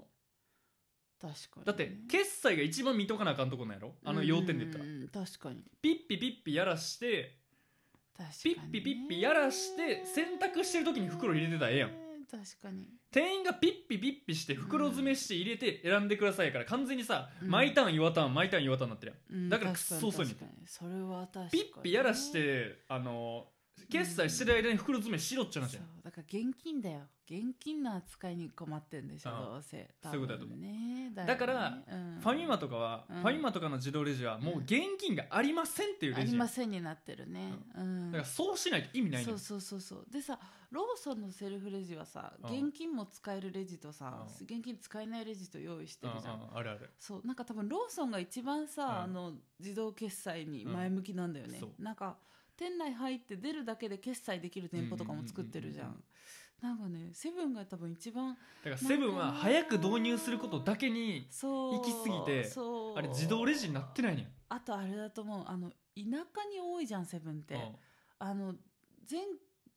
B: 確かにね、
A: だって決済が一番見とかなあかんとこなんやろあの要点で言ったら
B: うんうんうん確かに
A: ピッピピッピやらして
B: 確か
A: ピ
B: に
A: ッピピッピやらして洗濯してる時に袋入れてたらええやん
B: 確かに
A: 店員がピッピピッピして袋詰めして入れて選んでくださいやから完全にさ
B: うん
A: 毎ターン岩ターン毎ターン岩ターンになってるやん
B: うん
A: だから
B: 確に
A: クソ遅いね
B: 確かにそれは確かに
A: ピッピやらしてあの決済してる間に袋詰めしろっちゃう話
B: そ
A: や
B: うんだから現金だよ現金の扱いに困ってんでしょ
A: うん
B: どうせ
A: そういうことだと思う
B: 多分ねだよね
A: だから
B: うん
A: ファミマとかは、
B: うん
A: ファミマとかの自動レジはもう現金がありませんっていう
B: あ
A: レ
B: り
A: ジ、
B: ま
A: だ
B: せんになってるねうん
A: からそうしないと意味ないんだ
B: そ
A: よ
B: うそうそうそうでさローソンのセルフレジはさ
A: うん
B: 現金も使えるレジとさ
A: うん
B: 現金使えないレジと用意してるじゃん
A: ああるある
B: そうなんか多分ローソンが一番さ、
A: うん
B: あの自動決済に前向きなんだよね
A: うん、そう
B: なんか店内入って出るだけで決済できる店舗とかも作ってるじゃ
A: うんうん
B: ん,、なんかねセブンが多分一番
A: だからセブンは早く導入することだけに
B: そう
A: 行き過ぎて
B: そう
A: あれ自動レジになってないねん
B: あとあれだと思うあの田舎に多いじゃんセブンって、
A: う
B: あの全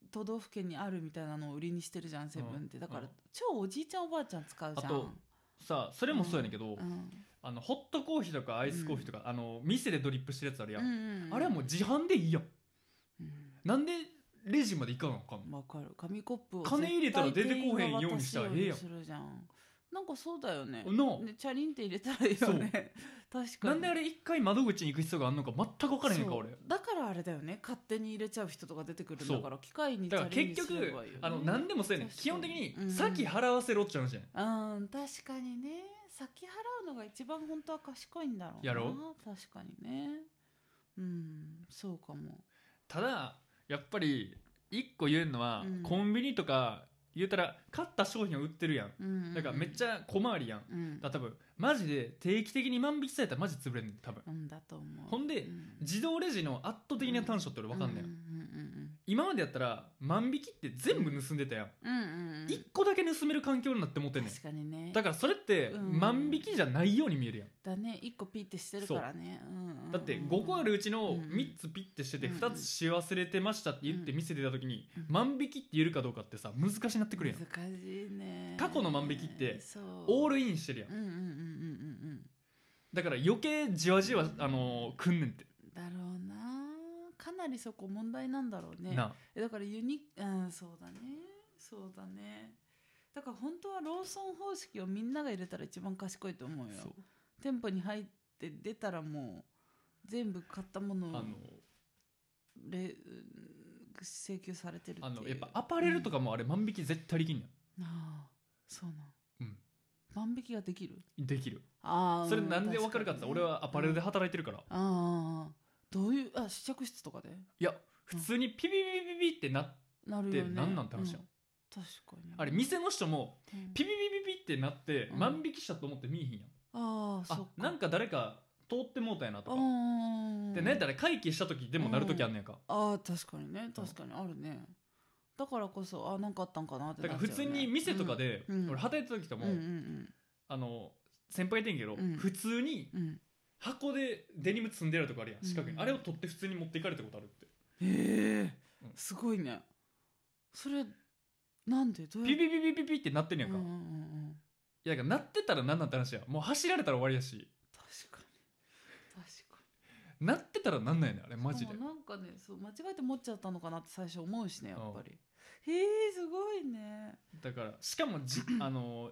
B: 都道府県にあるみたいなのを売りにしてるじゃんセブンってだ
A: う
B: から
A: ん
B: 超おじいちゃんおばあちゃん使うじ
A: あ
B: ゃん
A: とんさあそれもそうやねんけど、
B: うん
A: あのホットコーヒーとかアイスコーヒーとか、あの店でドリップしてるやつあるやん、
B: うんうん
A: あれはもう自販でいいやん
B: うん
A: なんでレジまで行かなあかんの
B: わかる紙コップを
A: 金入れたら出てこへんようにしたらええやん
B: 絶対店員が渡すようにするじゃんなんかそうだよね
A: なあ
B: ねチャリンって入れたらいいよね確かに
A: なんであれ一回窓口に行く必要があんのか全く分からへんねんか
B: そう
A: 俺
B: だからあれだよね勝手に入れちゃう人とか出てくるんだから機械にチ
A: だから
B: ャリン
A: 結
B: にす
A: 局、
B: ればいいよ、ね、
A: あの何でもそうやねん
B: 確か
A: 基
B: に
A: 本的に
B: うん
A: 先払わせろっちゃう話じゃん、
B: うん確かにね先払うのが一番本当は賢いんだろうな
A: やろ
B: 確かにねうんそうかも
A: ただやっぱり一個言えるのは、
B: うん
A: コンビニとか言うたら買った商品を売ってるやん
B: うんうんうん
A: だからめっちゃ小回りやん、
B: うん
A: だから多分マジで定期的に万引きされたらマジ潰れんねん多分
B: うんだと思う
A: ほんで
B: うん
A: 自動レジの圧倒的な短所って俺分かんない、
B: うん
A: 今までやったら万引きって全部盗んでたやん、
B: うんうんうんうんうんうん
A: 一個だけ盗める環境になって思ってんねん
B: 確かにね
A: だからそれって
B: うん
A: 万引きじゃないように見えるやん、
B: だね1個ピッてしてるからねうんうんうん
A: だって5個あるうちの
B: うん
A: 3つピッてしてて
B: うん
A: 2つし忘れてましたって言って
B: うん
A: 店出た時に
B: うん
A: 万引きって言えるかどうかってさ難しくなってくるやん
B: 難しいね
A: 過去の万引きって
B: そう
A: オールインしてるやん
B: うんうんうんうんうん
A: だから余計じわじわあのーくんねんって
B: うんだろうなかなりそこ問題なんだろうね
A: な
B: えだからユニうんそうだねそうだねだから本当はローソン方式をみんなが入れたら一番賢いと思うよ
A: そう
B: 店舗に入って出たらもう全部買ったもの
A: あの
B: をれうん請求されてるっていう
A: あのやっぱアパレルとかもあれ万引き絶対できんね
B: ああそうなん、
A: うん
B: 万引きができる
A: んできる
B: ああ
A: それなんでわかるかってさ
B: うん
A: 俺はアパレルで働いてるから
B: あああどういうあ試着室とかで
A: いや普通にピピピピピってな
B: なるよ
A: で
B: ね
A: なんなんて話やん
B: うん確かに
A: あれ店の人も
B: うん
A: ピピピピピってなって
B: うん
A: 万引きしたと思って見えへんやん
B: ああそ
A: あ
B: っか
A: なんか誰か通ってもうたやなと
B: あ
A: か
B: あ
A: でなんやったら会計した時でもなる時あんねんか
B: ああ確かにね確かにあるねだからこそあなんかあったんかなって
A: だ
B: な
A: から
B: っちゃ
A: 普
B: うね
A: 通に店とかで
B: うんうん
A: 俺働いてた時とか
B: うん
A: も
B: うんうん
A: あの先輩店やけど
B: うん
A: 普通に
B: うんうん
A: 箱でデニム積んであるとこあるやん四角い
B: うん
A: あれを取って普通に持っていかれたことあるって
B: ええ
A: うん
B: すごいねそれなんでどうや
A: ピ
B: って
A: ピピピピピってなってんねやん
B: う
A: か
B: んうんうんうん
A: いやだからなってたら何なんて話やもう走られたら終わりやし
B: 確かに確か
A: なってたらなんないねあれ
B: に
A: マジで
B: もなんかねそう間違えて持っちゃったのかなって最初思うしねやっぱりへえすごいね
A: だからしかも じあの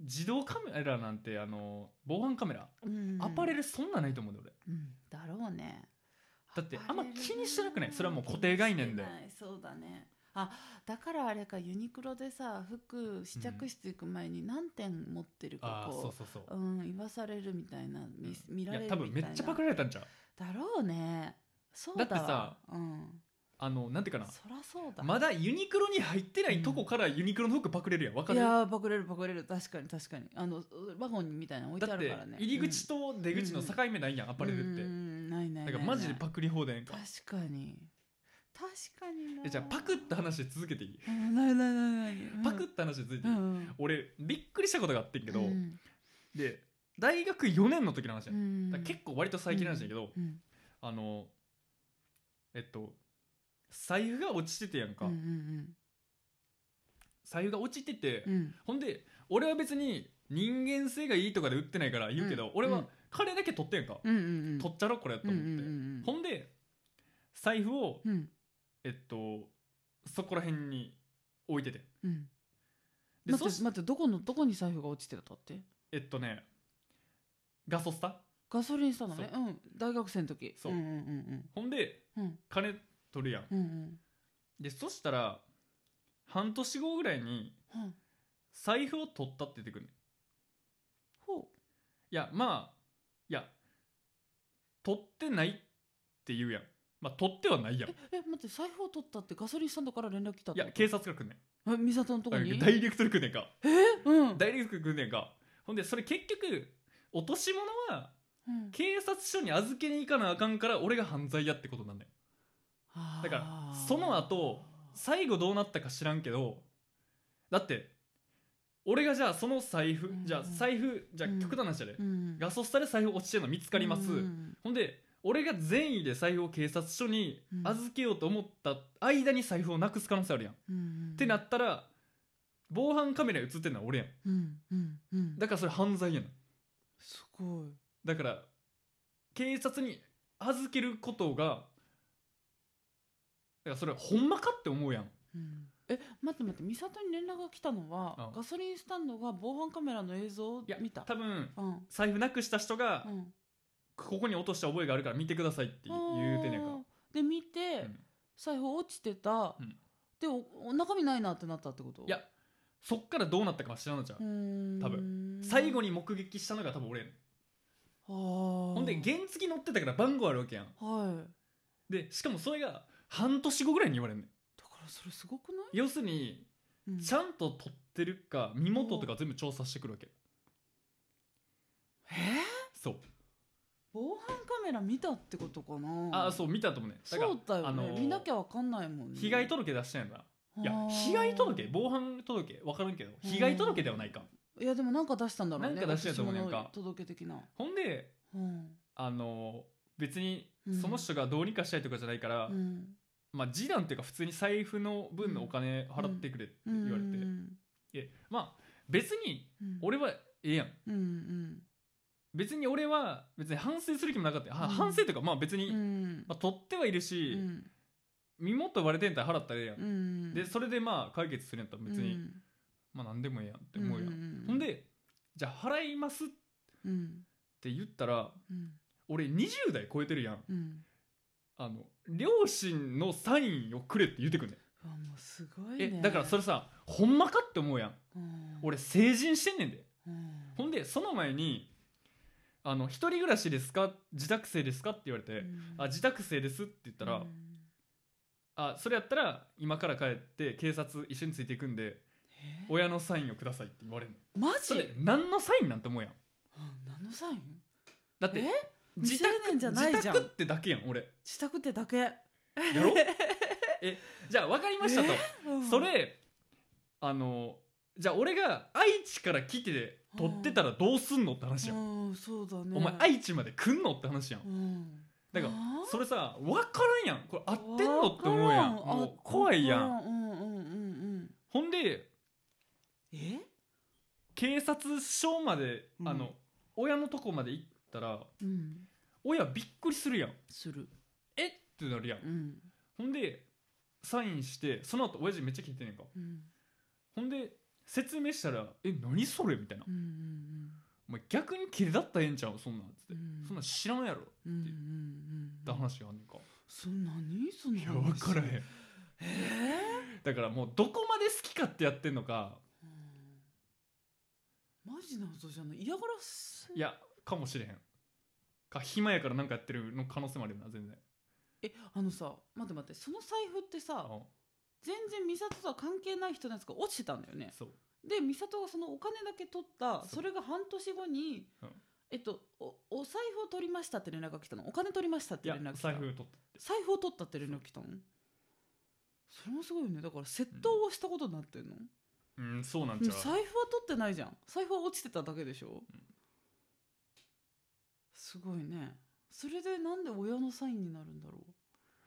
A: 自動カメラなんてあの防犯カメラ
B: うん
A: アパレルそんなないと思うんだよ
B: うんだろうね
A: だって
B: アパレル
A: あんま気にしてなくないそれはもう固定概念で
B: 気にしてないそうだねあだからあれかユニクロでさ服試着室行く前に何点持ってる
A: 俺
B: か
A: ああそう
B: こ
A: そうそう
B: ううん言わされるみたいな見
A: うん
B: 見られ
A: いや
B: るみた
A: 多
B: い
A: 分
B: な
A: めっちゃパクられたんちゃう
B: だろうねそうだわ
A: だってさ
B: うん
A: あのなんていうかな
B: そらそうだ
A: まだユニクロに入ってないとこからユニクロの服パクれるやんわか
B: い
A: る
B: やーパクれるパクれる確かに確かにあのワゴンみたいなの置いて
A: だ
B: あ
A: っ
B: る
A: て
B: からね
A: 入り口と出口の境目ないやんア
B: ア
A: パレルって
B: ないないな
A: だ
B: い
A: からマジでパクリ放題やんか
B: 確かに確かにな
A: えじゃあパクった話続けていい
B: うんないないないないうん
A: パクった話続いて
B: う
A: いい
B: ん
A: 俺びっくりしたことがあってんけど
B: うん
A: で大学4年の時の話や
B: う
A: ね
B: ん
A: だから結構割と最近なんだけど
B: うん
A: あのえっと財布が落ちててやんか
B: うんうん
A: 財布が落ちてて
B: うんうん
A: ほんで俺は別に人間性がいいとかで売ってないから言うけ
B: うん
A: ど俺
B: う
A: は
B: ん
A: 金だけ取ってんやんか
B: うんうんうん
A: 取っちゃろこれと
B: うんう
A: 思って
B: ん
A: ほんで財布を
B: うんうん
A: えっとそこら辺に置いてて
B: うん
A: で
B: 待
A: そ
B: っ
A: して
B: 待ってどこのどこに財布が落ちてたって
A: えっとねガソスタ
B: ガソリンスタンドね
A: そ
B: うん大学生の時
A: そう
B: うんうん
A: ほんで
B: うんうん
A: 金取るやん
B: うんうん
A: でそしたら半年後ぐらいに
B: うんうん
A: 財布を取ったって出てくるねん
B: ほ
A: いやまあいや取ってないって言うやんまあ取ってはないやん
B: う
A: い
B: ええ待って財布を取ったってガソリンスタンドから連絡来たって
A: や
B: こと
A: 警察が来んねん
B: え美里のとこに
A: ダイレクトで来んねんか
B: えうん
A: ダイレクトで来んねんかほんでそれ結局落とし物は
B: うん
A: 警察署に預けに行かなあかんから俺が犯罪やってことなんだよだから
B: あー
A: その後最後どうなったか知らんけどだって俺がじゃあその財布、
B: うん
A: じゃあ財布じゃあ
B: うん
A: 極端な話やで、
B: うん
A: ガソスタで財布落ちてるの見つかります、
B: うん
A: ほんで俺が善意で財布を警察署に預けようと思った間に財布をなくす可能性あるやん、っ
B: うんうん
A: てなったら防犯カメラに映ってるのは俺やん
B: うんうんうん
A: だからそれ犯罪やん
B: すごい
A: だから警察に預けることがだからそれほんまかって思うやん
B: うんえ待って待って美里に連絡が来たのは
A: うん
B: ガソリンスタンドが防犯カメラの映像を
A: いや
B: 見た
A: 多分
B: うん
A: 財布なくした人が
B: うん
A: ここに落とした覚えがあるから見てくださいって言うてんねんか
B: あーで見て
A: うん
B: 財布落ちてた
A: うん
B: でおお中身ないなってなったってこと
A: いやそっからどうなったかは知らんのちゃ
B: う
A: う
B: ーん
A: 多最後に目撃したのが多分俺やねん
B: ほ
A: ほんで原付乗ってたから番号あるわけやん
B: はい
A: でしかもそれが半年後ぐらいに言われんねん
B: だからそれすごくない
A: 要するに
B: うん
A: ちゃんと取ってるか身元とか全部調査してくるわけ
B: えー
A: そう
B: 防犯カメラ見たってことかな
A: ああそう見たと思うねだから
B: そうだよね、
A: あのー
B: 見なきゃわかんないもんね
A: 被害届出してないな
B: あー
A: いや被害届防犯届分からんけど被害届ではないか
B: いやでもなんか出したんだろうね
A: なんか出してんと思うねんか
B: 落ち物の届け的な、
A: ほんで
B: うん
A: あの別に
B: うん
A: その人がどうにかしたいとかじゃないから、
B: うん、
A: まあ示談っていうか普通に財布の分のお金払ってくれって言われて、
B: うん
A: えまあ別に
B: うん、
A: 俺はええやん
B: うんうん
A: 別に俺は別に反省する気もなかったよ、は
B: うん
A: 反省というかまあ別
B: う
A: に、
B: ん
A: まあ、取ってはいる
B: う
A: し、
B: ん
A: 身元割れてんやったら払ったらええやん、
B: うん
A: でそれでまあ解決するんやったら別に、
B: うん
A: まあ何でもええやんって思うやん、
B: ん
A: ほん、でじゃあ払いますっ
B: うん
A: て言ったら
B: うん
A: 俺20代超えてるやん
B: うん、
A: あの両親のサインをくれって言ってくんねん
B: うわもうすごい
A: え
B: ね
A: だからそれ、さほんまかって思うやん
B: うん、
A: 俺成人してんねんで
B: うん、
A: ほんでその前に「あの一人暮らしですか自宅生ですか?」って言われて
B: う
A: 「
B: ん
A: あ自宅生です」って言ったら「
B: うん
A: あそれやったら今から帰って警察一緒についていくんで
B: え
A: 親のサインをください」って言われるの
B: マ
A: そ
B: ジ、
A: れ何のサインなんて思うやん
B: うん、何のサイン
A: だって
B: え
A: 自
B: 未成
A: 宅
B: 年じゃないじゃん
A: 自宅ってだけやん俺
B: 自宅ってだけや
A: やろえじゃあ分かりましたと、そ、れあのじゃあ俺が愛知から来て撮ってたらどうすんのって話やん、
B: うん、そうだね
A: お前愛知まで来んのって話やん、
B: うん、
A: だから
B: あー
A: それさ分からんやんこれ合ってんのって思うやん
B: わから
A: もう怖いや
B: わ
A: ん
B: からうんうんうんうん
A: ほんで
B: え
A: 警察署まで、
B: うん
A: あの親のとこまで行ったら
B: うん
A: 親びっくりするやん
B: する
A: えってなるやん、
B: うん
A: ほんでサインしてその後親父めっちゃ聞いてんねんか
B: うん
A: ほんで説明したら「え何それ?」みたいな
B: うんうん
A: 「お前逆に切れだったらええんちゃうそんなん」つって、
B: うん
A: そんなん知らんやろ」っ
B: うんうんうん
A: て話があんねんか、
B: そ何その
A: いや分からへん
B: ええ
A: だからもうどこまで好きかってやってんのか
B: マジな嘘じゃない嫌がらせ
A: いやかもしれへんか暇やからなんかやってるの可能性もあるよな全然
B: えあのさ待って待ってその財布ってさ全然美里とは関係ない人のやつが落ちてたんだよ
A: うん
B: ね
A: そう
B: で美里がそのお金だけ取った
A: そう
B: それが半年後に、
A: うん
B: えっとおお財布を取りましたって連絡が来たのお金取りましたっ
A: い
B: て
A: や
B: 連絡来た
A: 財布取って
B: 財布を取ったって連絡来たのそれもすごいよねだから窃盗をしたことになってんの、
A: うんそうなん
B: うん
A: ち
B: 財
A: ゃう
B: 布は取ってないじゃん財布は落ちてただけでしょ、
A: うん
B: すごいねそれでなんで親のサインになるんだろ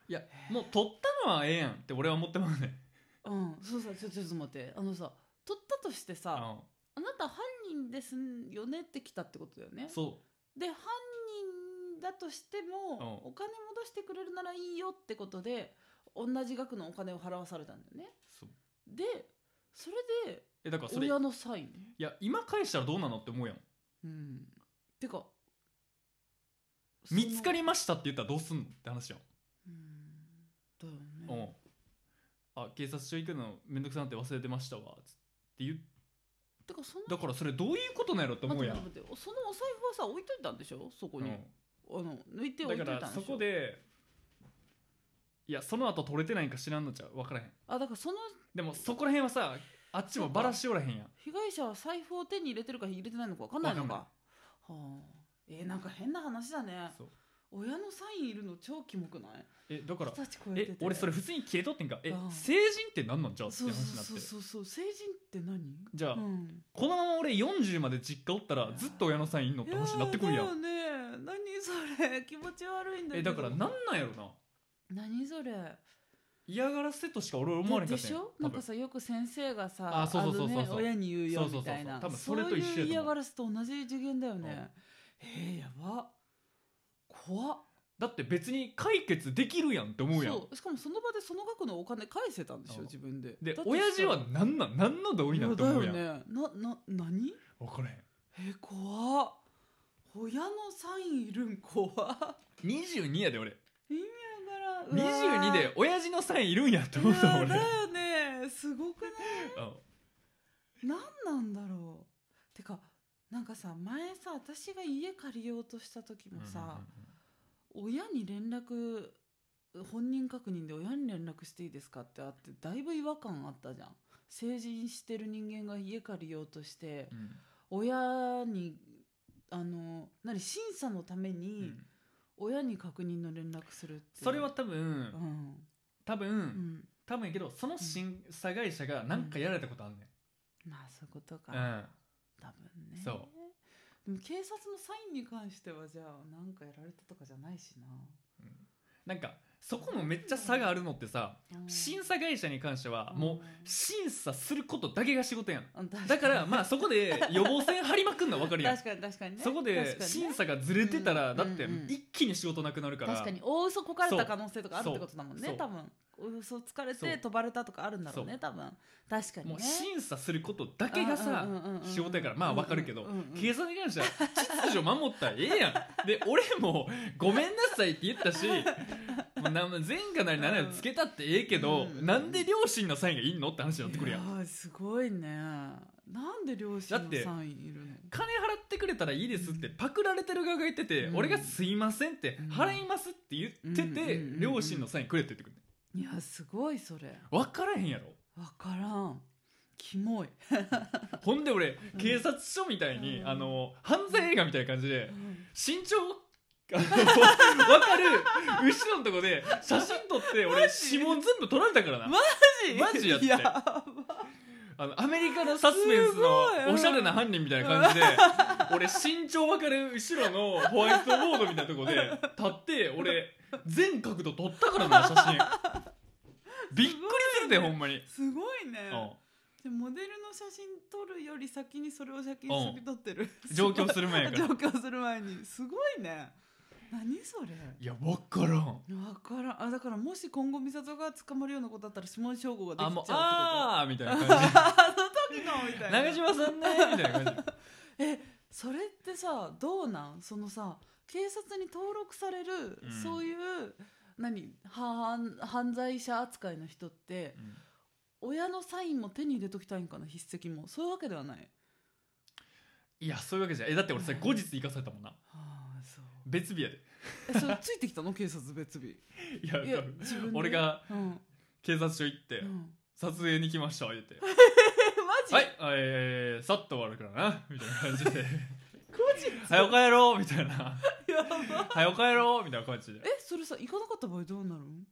A: いやもう取ったのはええやんって俺は思ってますね
B: ううんそうさちょちょっと待ってあのさ取ったとしてさ、あなた犯人ですよねって来たってことだよ
A: う
B: ね
A: んそ
B: で犯人だとしても、
A: うん
B: お金戻してくれるならいいよってことで同じ額のお金を払わされたんだよね
A: うそう
B: でそれで
A: えだからそれい
B: 親のサイン
A: や今返したらどうなのって思うやん
B: うんてか
A: 見つか
B: り
A: りましたって言ったらどうすんのって話やん
B: うんだよ
A: う
B: ね
A: んあ警察署行くのめんどくさなって忘れてましたわつって言う
B: てかその
A: だからそれどういうことなんやろって思うやん
B: 待って待って待ってそのお財布はさ置いといたんでしょそこに、あの抜いて置
A: だ
B: いと
A: か
B: いた
A: ら
B: んでしょ
A: そこでいやその後取れてないんか知らんのちゃう分からへん
B: あだからその
A: でもそこら辺はさあっちもバラしておらへんやん
B: 被害者は財布を手に入れてるか入れてないのか分かんないのかはあえーなんか変な話だね
A: そう
B: 親のサインいるの超キモくない
A: えだから
B: 二十歳超えて
A: え
B: て
A: 俺それ普通に消えとってんかえ
B: うん
A: 成人って何なんじゃって
B: そう
A: 話になって
B: そうそうそう成人って何
A: じゃあ
B: うん、
A: このまま俺40まで実家おったらずっと親のサインいんのって話になってくるや
B: い
A: ん
B: やーだよね何それ気持ち悪いんだ
A: え
B: け
A: だ
B: ど
A: からなんなんやろな
B: 何それ
A: 嫌がらせとしか俺は思われへんか
B: で
A: ったん
B: し
A: や
B: ょ
A: 多
B: なん
A: 分
B: かさよく先生がさ
A: あそうそうそうそう
B: あのね親に言うよみたいな
A: そうそうそうそう多分それと一緒やと思
B: そういうう嫌がらせと同じ次元だよね、えー、やば怖っ
A: だって別に解決できるやんって思うやん
B: そうしかもその場でその額のお金返せたんでし
A: う
B: ょ
A: ん
B: 自分で
A: で
B: だとしたら
A: 親父は何なん何の同意なんて思うやん
B: い
A: 分
B: やだよねなな何
A: からへん
B: えー、怖っ親のサインいるん怖っ
A: 22やで俺
B: 意味わ からんうわー
A: 22で親父のサインいるんやって思っ
B: い
A: た
B: や
A: 俺
B: だよねすごくない何なんだろうてかなんかさ前さ私が家借りようとした時
A: うん
B: もさ、親に連絡本人確認で親に連絡していいですかってあってだいぶ違和感あったじゃん成人してる人間が家借りようとして
A: うんうん
B: 親にあの何審査のため
A: うんう
B: に
A: ん
B: 親に確認の連絡するって
A: それは多
B: う
A: 分
B: ん
A: 多分、
B: うん
A: 多分やけどその審査会社が何かやられたことあんね
B: まあそういうことか、
A: ん、うん、
B: 多分ね
A: そ
B: でも警察のサインに関してはじゃあなんかやられたとかじゃないし
A: なんかそこもめっちゃ差があるのってさ
B: な、うん
A: 審査会社に関しては
B: ん
A: もう審査することだけが仕事やん
B: うん確かに
A: だからまあそこで予防線張りまくんのは分かるやん
B: 確かに確かにね
A: そこで審査がずれてたらだって一気に仕事なくなるか
B: から
A: ら
B: 確かに大嘘こかれた可能性とかあるってことだもん
A: そ
B: ね
A: う
B: 多分大嘘つかれ
A: そう
B: て飛ばれたとかあるんだろ
A: そ
B: うね
A: う
B: 多分確かにね
A: もう審査することだけがさ
B: うんうんうんうん
A: 仕事やからまあ分かるけど
B: うんうんうん
A: 警察に関しては秩序守ったらええやんで俺も「ごめんなさい」って言ったしもうな前科なり何なりつけたってええけど
B: うん
A: なんで両親のサインがいんのって話になってくるやん
B: いやーすごいねなんで両親
A: だ
B: の
A: って
B: サインいるの
A: 金払ってくれたらいいですってパクられてる側が言ってて、
B: うん
A: 俺が「すいません」って
B: う
A: 「
B: ん
A: 払います」って言ってて、
B: うんうんうんうん
A: 両親のサインくれって言ってくる
B: いやすごいそれ
A: 分からへんやろ
B: わからんキモい、
A: ほんで俺警察署みたいに、
B: うん
A: あの犯罪映画みたいな感じで
B: うん
A: 身長 あのわかる後ろのとこで写真撮って俺指紋全部撮られたからな、
B: マ
A: マジやって
B: やば
A: あのアメリカのサスペンスのおしゃれな犯人みたいな感 じで、俺身長分かる後ろのホワイトボードみたいなとこで立って俺全角度撮ったからな写真びっくりするでほんまに、
B: すごいね
A: うん
B: でモデルの写真撮るより先にそれを写真先撮ってる、
A: 上京する前や から
B: 上京する前にすごいね何それ
A: いや分からん
B: 分からんあだからもし今後美里が捕まるようなことだったら下地省吾がで
A: あ
B: きちゃう
A: も
B: っ
A: う
B: てこと
A: あーみたいな感じ
B: あの時のみたいな
A: 長嶋さんねみたいな感じ
B: えそれってさどうなんそのさ警察に登録される、
A: うん
B: そういう何犯犯罪者扱いの人って
A: うん
B: 親のサインも手に入れときたいんかな筆跡もそういうわけではない
A: いやそういうわけじゃえだって俺さ後日行かされたもんな
B: ああそう
A: 別日やで
B: えそれついてきたの警察別 日
A: いや
B: いや
A: 多分
B: 自分で
A: 俺が
B: うん、
A: 警察署行って
B: うん、
A: 撮影に来ました言って
B: えマジ、
A: はい、えー、さっと終わるからなみたいな感じ で
B: 後
A: 「
B: 日
A: はよ帰ろう」みたいな
B: やば
A: 「はよ帰ろう」みたいな感じで
B: えそれさ行かなかった場合どうなるん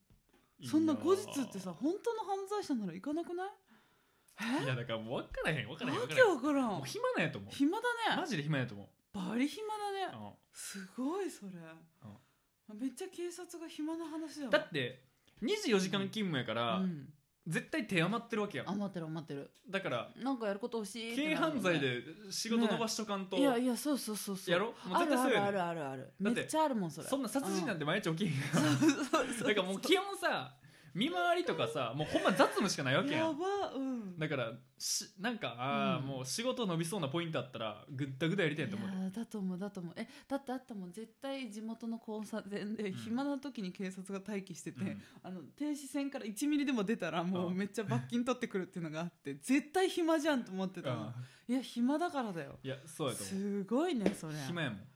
B: そんな後日ってさ本当の犯罪者なら行かなくない
A: いやだからもう分からへん分からへん
B: わ
A: 分か
B: け
A: らへん
B: わから
A: もう
B: ん
A: 暇なんやと思う
B: 暇だね
A: マジで暇やと思う
B: バリ暇だね
A: う
B: すごいそれ、めっちゃ警察が暇な話だ
A: ん
B: よ
A: だって24時間勤務やから、
B: うん、
A: 絶対手余ってるわけやん
B: 余ってる余ってる
A: だから
B: なんかやること欲しいって
A: 軽
B: なるもんね
A: 犯罪で仕事伸ばしとかんと、
B: いやいやそうそうそうそう
A: やろもう
B: あ
A: 絶対
B: るあ
A: そう
B: る
A: や
B: あ
A: ね
B: るあるある
A: だ
B: め
A: って
B: っちゃあるもんそれ
A: そんな殺人なんて毎日起きへんや ん
B: そうそうそう
A: だからもう基本さ見回りとかさもうほんま雑務しかないわけや
B: や
A: ん
B: ばうん
A: だからしなんかあー、
B: うん
A: もう仕事伸びそうなポイントあったらぐったぐだやりたいと思う
B: い
A: よ
B: やーだと思うだと思うえだってあったもん絶対地元の交差点で
A: ん
B: 暇な時に警察が待機してて、
A: うん
B: あの停止線から1ミリでも出たらもう
A: うん
B: めっちゃ罰金取ってくるっていうのがあって絶対暇じゃんと思ってたの、いや暇だからだよ
A: いやそうやと思う
B: すごいねそれ
A: 暇やもん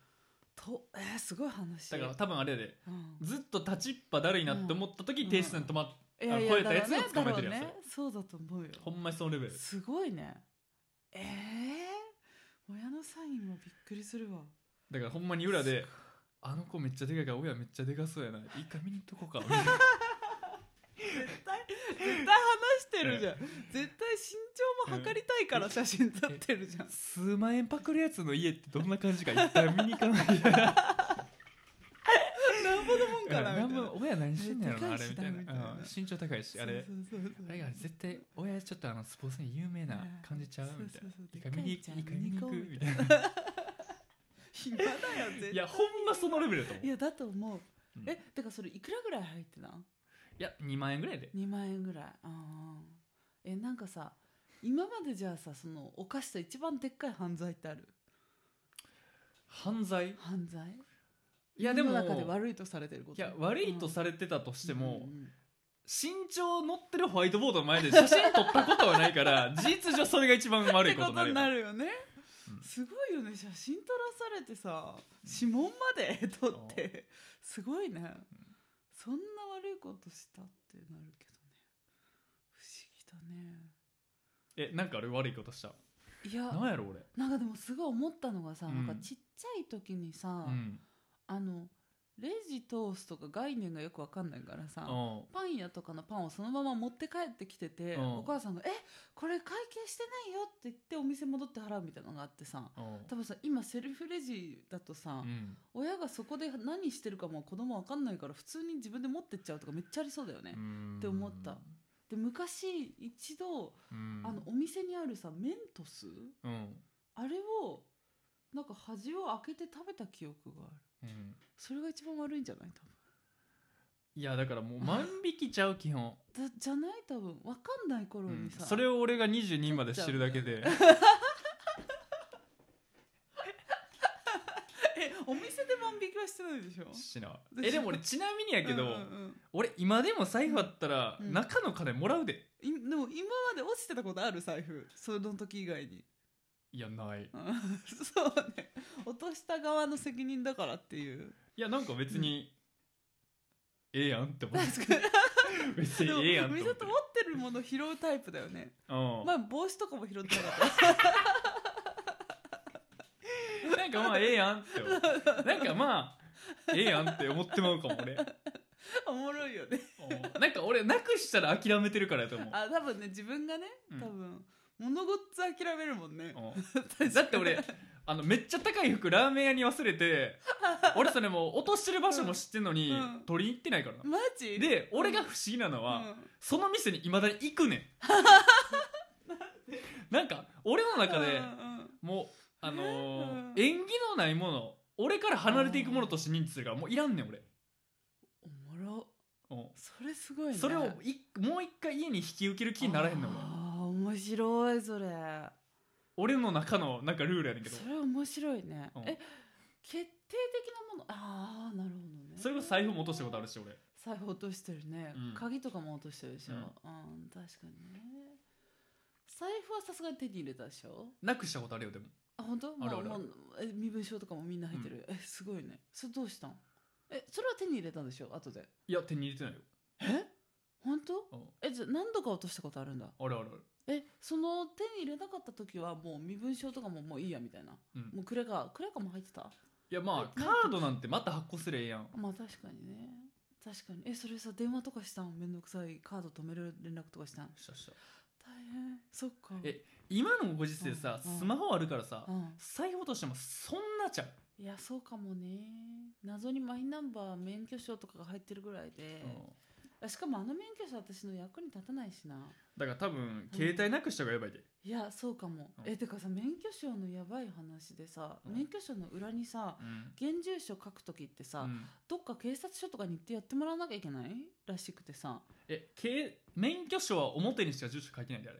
B: とえーすごい話
A: だから多分あれやで
B: うん
A: ずっと立ちっぱだるいなって思った時、
B: うん
A: 停止線止まっ
B: いやいや
A: 超えたやつを
B: だろうね
A: 捕まえてるやつ
B: だろうねそうだと思うよ
A: ほんまにそのレベル
B: すごいねええ親のサインもびっくりするわ
A: だからほんまに裏で「あの子めっちゃでかいから親めっちゃでかそうやな一回見に行っとこうか」 みたいな
B: 絶対絶対話してるじゃん絶対身長も測りたいから写真撮って るじゃん
A: 数万円パクるやつの家ってどんな感じか一回見に行か ないと
B: なんぼのもんかなみたいな
A: 親何してんのやろなあ
B: で
A: れ
B: かい
A: み
B: し
A: たいな
B: みたいな
A: うん身長高いしあれ
B: そうそうそうそう
A: あれが絶対親ちょっとあのスポーツに有名な感じちゃうみたいな
B: そうそうそう
A: 一回見に一
B: でか
A: 回
B: い
A: 見に
B: じゃん
A: 行く
B: 見に行こう
A: みたいな
B: 暇だよ絶対
A: いやほんまそのレベルだと思う
B: いやだと思う、
A: うん
B: えだからそれいくらぐらい入ってたん
A: いや2万円ぐらいで
B: 2万円ぐらいあーえなんかさ今までじゃあさその犯した一番でっかい犯罪ってある
A: 犯罪
B: 犯罪
A: いやでも
B: 世の中で悪いとされてること
A: いや悪いとされてたとしても、
B: うんうん
A: 身長乗ってるホワイトボードの前で写真撮ったことはないから 事実上それが一番悪
B: っ
A: い
B: て
A: こと
B: こ
A: にな
B: と
A: る
B: に
A: よ
B: なるよね、
A: うん
B: すごいよね写真撮らされてさ指紋まで撮ってすごいね、そんな悪いことしたってなるけどね不思議だね
A: えなんか俺悪いことした
B: いや
A: なんやろ俺
B: なんかでもすごい思ったのがさ、
A: うん
B: なんかちっちゃい時にさ、
A: うん
B: あのレジ通すとか概念がよくわかんないからさ、
A: うん
B: パン屋とかのパンをそのまま持って帰ってきてて、
A: うん
B: お母さんが「えこれ会計してないよ」って言ってお店戻って払うみたいなのがあってさ多分さ今セルフレジだとさ、
A: うん
B: 親がそこで何してるかも子供わかんないから普通に自分で持ってっちゃうとかめっちゃありそうだよね。
A: うん
B: って思ったで昔一度、
A: うん
B: あのお店にあるさメントス
A: うん
B: あれをなんか端を開けて食べた記憶がある
A: うん
B: それが一番悪いんじゃない多分
A: いやだからもう万引きちゃう基本、
B: だじゃない多分わかんない頃
A: うん
B: にさ、
A: それを俺が22までしてるだけで
B: えお店で万引きはしてないでしょ
A: し な
B: でしょ
A: えでも俺ちなみにやけど、
B: うんうん
A: 俺今でも財布あったら
B: うん
A: 中の金もらうで、
B: うんいでも今まで落ちてたことある財布その時以外に、
A: いやない
B: うん そうね落とした側の責任だからっていう
A: いやなんか別に、ええやんって思 って
B: 確かに
A: 別
B: で
A: に
B: も
A: ええやんって
B: み
A: 思
B: さ
A: って
B: と
A: る
B: 持ってるもの拾うタイプだよね
A: うん
B: 前帽子とかも拾ってなかっ
A: なんかまあええやんって思うなんかまあええやんって思ってまうかも俺
B: たおもろいよね
A: うんなんか俺なくしたら諦めてるからやと思う
B: あ多分ね自分がね
A: うん
B: 多分、物ごっつ諦めるもんね、
A: うんだって俺あのめっちゃ高い服ラーメン屋に忘れて俺それもう落としてる場所も知ってんのに、
B: うん
A: 取りに行ってないから
B: マジ
A: で俺が不思議なのは、
B: うん
A: その店にいまだに行くねんなんか俺の中で
B: うんうん
A: もうあのー
B: うん
A: 縁起のないもの俺から離れていくものとして認知するからもういらんねん俺、
B: おもろ
A: うん
B: それすごいね
A: それをいもう一回家に引き受ける気にならへんの俺
B: あー面白いそれ
A: 俺の中のなんかルールやねんけど
B: それ面白いね、
A: うん
B: え決定的なものああなるほどね
A: それこそ財布も落としたことあるし俺
B: 財布落としてるね、
A: うん
B: 鍵とかも落としてるでしょ、
A: う
B: うんん確かにね財布はさすがに手に入れたでしょ
A: なくしたことあるよでも
B: あ本当ま
A: あ
B: あ
A: るある
B: もうえ身分証とかもみんな入ってる、えすごいねそれどうしたんえそれは手に入れたんでしょ後で
A: いや手に入れてないよ、
B: 本当
A: うん、
B: えじゃあ何度か落としたことあるんだ
A: あるあるある
B: えその手に入れなかった時はもう身分証とかももういいやみたいな、
A: うん
B: もうクレカクレカも入ってた
A: いやまあ
B: え
A: カードなんてまた発行すりゃええやん
B: まあ確かにね確かにえそれさ電話とかしたんめんどくさいカード止める連絡とかしたん
A: したした
B: 大変そっか
A: え今のご時世さ
B: うんうん
A: スマホあるからさ
B: うん
A: 財布落としてもそんなちゃう
B: いやそうかもね謎にマイナンバー免許証とかが入ってるぐらいで、
A: うん
B: あしかもあの免許証私の役に立たないしな
A: だから多分携帯なくした方がやばいで
B: いやそうかも、
A: うん
B: えてかさ免許証のやばい話でさ、
A: うん
B: 免許証の裏にさ
A: うん
B: 現住所書く時ってさ、
A: うん
B: どっか警察署とかに行ってやってもらわなきゃいけないらしくてさ
A: えけ免許証は表にしか住所書いてないであれ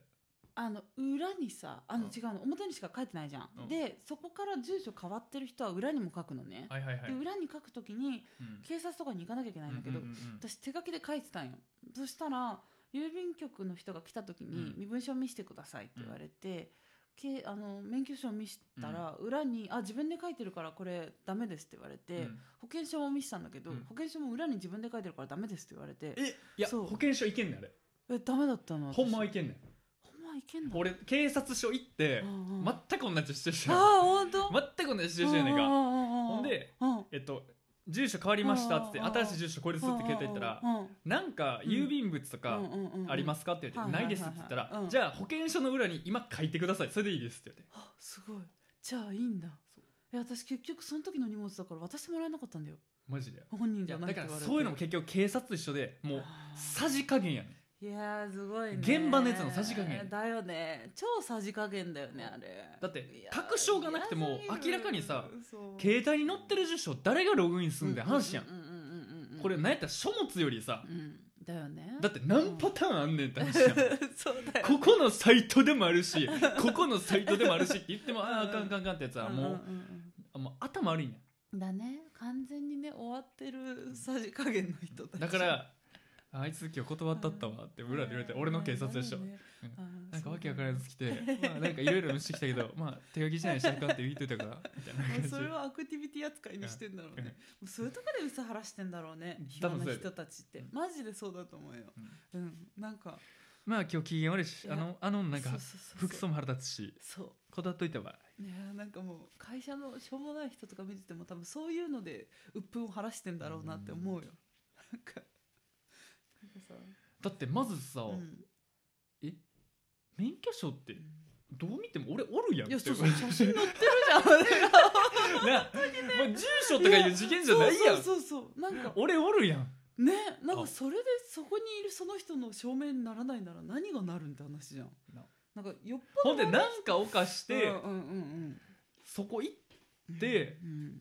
B: あの裏にさあの
A: うん
B: 違うの、表にしか書いてないじゃん、
A: うん
B: でそこから住所変わってる人は裏にも書くのね、
A: はいはいはい、
B: で
A: うん
B: 裏に書く時に警察とかに行かなきゃいけないんだけど、
A: うんうんうん
B: 私手書きで書いてたんよそしたら郵便局の人が来た時に
A: う
B: 「身分証見せてください」って言われて、けあの免許証見せたら裏に「あ自分で書いてるからこれダメです」って言われて、
A: うん
B: 保険証も見せたんだけど、
A: うん
B: 保険証も裏に自分で書いてるからダメですって言われて
A: えいや
B: そう
A: 保険証いけんねんあれ
B: えダメだったの私
A: ほんまはいけんねん
B: ほんまいけんの
A: 俺警察署行って
B: うんうん
A: 全く同じシチュエーシ
B: あ
A: ョン
B: あ本当
A: 全く同じシチュエーションやねんかほ
B: ほ
A: んで、
B: うん、
A: えっと住所変わりましたっつって
B: うんうんうん
A: 新しい住所これですって携帯行ったらなんか郵便物とかありますすかって言われ
B: うん
A: てないですって言った
B: はいはいは
A: ら
B: いはい
A: じゃあ保険証の裏に今書いてくださいそれでいいですって言
B: あすごいじゃあいいんだ
A: そう
B: え私結局その時の荷物だから渡してもらえなかったんだよ
A: われてマジで
B: 本人
A: い
B: じ
A: や
B: ゃない
A: だ
B: っ
A: から
B: て言われて
A: そういうのも結局警察と一緒でもう
B: あー
A: さじ加減やねん
B: いやーすごいね
A: 現場のやつのさじ加減
B: だよね超さじ加減だよねあれ
A: だって
B: いやー
A: 確証がなくても
B: 嫌す
A: 明
B: ぎる
A: らかにさ
B: そう
A: 携帯に載ってる住所誰がログインすんだよ話や
B: うんうんうんうんうん
A: んこれ何やったら書物よりさ
B: うんだよね
A: だって何パターンあんねんって話やん
B: そうだよ
A: ここのサイトでもあるしここのサイトでもあるしって言ってもあああかんあかんあかんってやつはもう,、
B: んんん
A: あもう頭悪いね
B: うんだね完全にね終わってるさじ加減の人た
A: ん
B: ち
A: だからあいつ今日断ったったわって裏で言われて俺の警察でしょなんかわけわからんやつ来て、まあ、なんかいろいろしてきたけど、まあ、手書きじゃないしあかんって言っといたから、みたいな感
B: もう
A: じ
B: それはアクティビティ扱いにしてんだろう
A: う
B: ね
A: ん
B: もうそういうとこで薄晴らしてんだろうね
A: 多
B: 今
A: 分そう
B: の
A: や
B: 人たちって
A: うん
B: マジでそうだと思うようん、なんか
A: まあ今日機嫌悪いし、あの、あの、なんか
B: そう、そうそうそう
A: 服装も腹立つし、
B: そ
A: 断っといたわ。
B: ういやーなんかもう会社のしょうもない人とか見てても多分そういうので鬱憤を晴らしてんだろうなって思うよなんかなんかさ、
A: だってまずさ、
B: うん
A: 免許証ってどう見ても俺おるやん
B: いや
A: って
B: そう
A: 思
B: そう
A: う。
B: 写真載ってるじゃんなんか
A: な、まあ、住所とかいう事件じゃないやん。
B: そうそうそうそうなんか
A: 俺おるやん。
B: ねなん
A: あ
B: かそれでそこにいるその人の証明にならないなら何がなるんって話じゃん
A: な
B: なんかよっぽ
A: ほ
B: ど
A: んで
B: な
A: なんか犯して、
B: うんうんうん
A: そこ行っ
B: うん
A: で
B: うん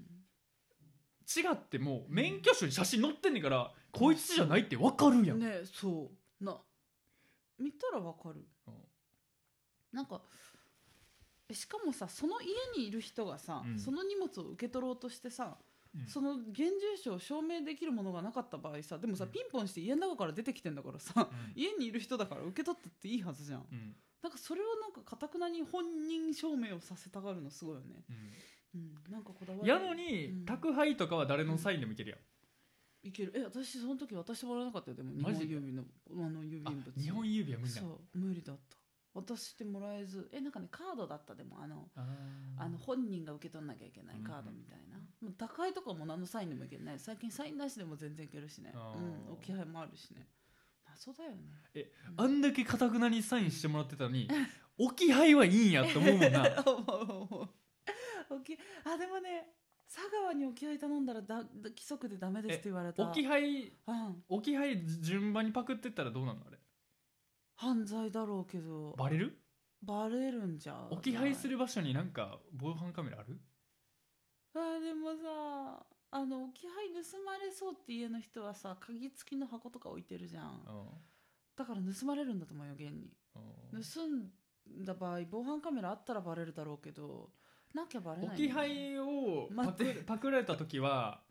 A: ちがってもう免許証に写真載ってんねんから、こいつじゃないってわかるやん。
B: ねそうな見たらわかるなんかえしかもさその家にいる人がさ、
A: うん
B: その荷物を受け取ろうとしてさ、
A: うん
B: その現住所を証明できるものがなかった場合さでもさ、
A: うん
B: ピンポンして家の中から出てきてんだからさ
A: う
B: 家にいる人だから受け取ったっていいはずじゃん
A: んうん
B: なんかそれをなんかかたくなに本人証明をさせたがるのすごいよね
A: うん
B: うんなんかこだわり
A: やのに、
B: うん
A: 宅配とかは誰のサインでもいけるやん、
B: いけるえ私その時渡してもらえなかったよでも日
A: マ
B: 本
A: ジで
B: 郵便のあの郵便
A: あ
B: 物
A: 日本郵便は無理な
B: そ
A: の
B: う無理だった渡してもらえずえなんかねカードだったでもあの
A: あー
B: あの本人が受け取んなきゃいけないカードみたいな、もう宅配とかも何のサインでもいけない最近サインなしでも全然いけるしね
A: あー
B: うん置き配もあるしね謎だよね
A: え
B: うん
A: あんだけかたくなにサインしてもらってたの に置き配はいいんやって思うもんな
B: 思う思う置きあでもね佐川に置き配頼んだらだだ規則でダメですって言われた
A: 置き配
B: うん、
A: 置き配順番にパクってったらどうなのあれ
B: 犯罪だろうけど
A: バレる
B: バレるんじゃ
A: 置き配す
B: る
A: る場所になんか防犯カメラある
B: あーでもさあの置き配盗まれそうって家の人はさ鍵付きの箱とか置いてるじゃんだから盗まれるんだと思うよ現に
A: うん
B: 盗んだ場合防犯カメラあったらバレるだろうけどなきゃバレない
A: 置き
B: んだよね、
A: 配をパ
B: 待
A: ク
B: って
A: パクられた時は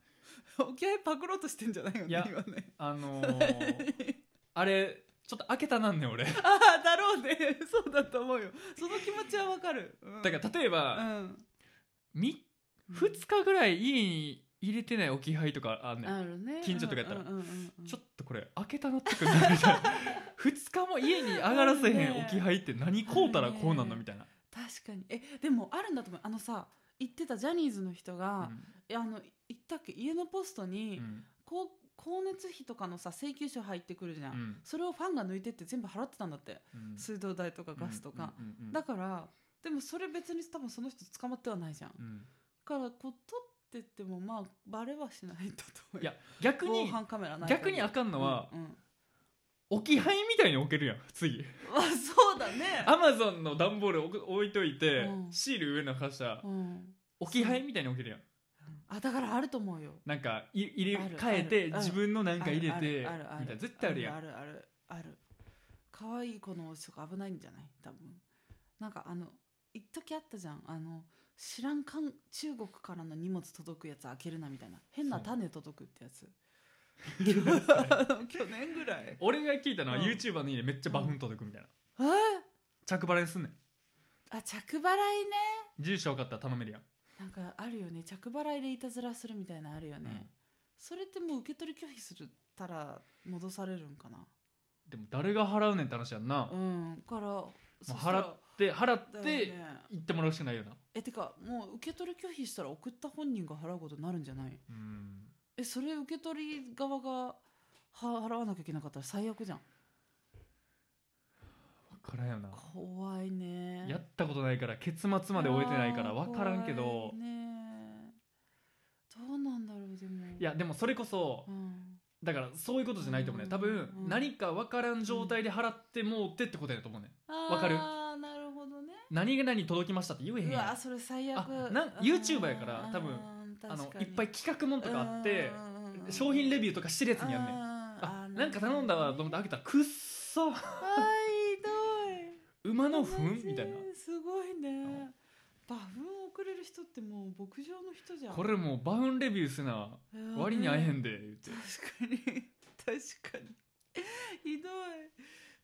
B: 置き配パクろうとしてんじゃないよ
A: い
B: ね
A: や
B: 今ね
A: あの ーあれちょっと開けたなんねん俺だ
B: ああだろうねそうだと思うよその気持ちはわかる、うん
A: から例えば、
B: うん
A: み2日ぐらい家に入れてない置き配とかあんねん
B: あるね
A: 近所とかやったら
B: うんうんうんうん
A: ちょっとこれ開けたなってくるなみたい な2日も家に上がらせへん置き配って何こうたらこうなんのみたいな、
B: 確かにえでもあるんだと思うあのさ言ってたジャニーズの人
A: う
B: が、
A: ん
B: いやあの言ったっけ家のポストに、
A: うん
B: こう光熱費とかのさ請求書入ってくるじゃん、
A: うん
B: それをファンが抜いてって全部払ってたんだって、
A: うん
B: 水道代とかガスとか、
A: うんうんうん
B: だからでもそれ別に多分その人捕まってはないじゃん、だ
A: うん
B: からこう取ってってもまあバレはしないんだと思う
A: い
B: よ
A: や逆
B: 防
A: に
B: 犯カメラない
A: 逆にあかんのは、
B: うんうん
A: 置き配みたいに置けるやん次
B: あそうだね
A: アマゾンの段ボール置く置いといて、
B: うん
A: シール上のかしたら
B: うん、
A: 置き配みたいに置けるやん
B: あだからあると思うよ
A: なんかい入れ
B: ある
A: 替え
B: あ
A: て
B: るうん
A: 自分のなんか入れ
B: あ
A: てみ
B: る
A: た
B: あ
A: い
B: るある
A: な絶対あるやん
B: あるあるある可愛い子のお家とか危ないんじゃない多分なんかあの一時あったじゃんあの知らんかん中国からの荷物届くやつ開けるなみたいな変な種届くってや つ 去年ぐらい
A: 俺が聞いたのは
B: うん
A: YouTuber の家でめっちゃバフン届くみたいな
B: え
A: 着払いすんねん
B: あ着払いね
A: 住所分かったら頼めるやん
B: なんかあるよね着払いでいたずらするみたいなのあるよ
A: う
B: ね、
A: ん
B: それってもう受け取り拒否するたら戻されるんかな
A: でも誰が払うねんって話やんな、
B: うんからそした
A: 払
B: ら
A: っで払っ
B: だよ
A: て
B: ね
A: 行ってもらうしかないよな
B: えてかもう受け取り拒否したら送った本人が払うことになるんじゃない
A: うん
B: えそれ受け取り側がは払わなきゃいけなかったら最悪じゃん
A: 分からんよな
B: 怖いね
A: やったことないから結末まで終えてないから分からんけ
B: あー
A: ど
B: 怖いねどうなんだろうでも
A: いやでもそれこそ
B: うん
A: だからそういうことじゃないと思うね多分
B: うん
A: 何か分からん状態で払ってもうってってことやと思うねわ
B: わ
A: かる
B: ああなるほどね
A: 何々届きましたって言えへん
B: う
A: やん
B: わ
A: あ
B: それ最悪
A: あなん YouTuber やから多分のいっぱい企画もんとかあって商品レビューとかしてるやつにやんねんあなんか頼んだわと思って開けたらくっそ
B: たあひどい
A: 馬の
B: 同
A: 糞
B: じ
A: みたい
B: すごいね
A: ん
B: バフン送れる人ってもう牧場の人じゃ
A: なんこれもうバウンレビューすな
B: うん
A: 割に会えへんで言って
B: 確かに 確かにひどい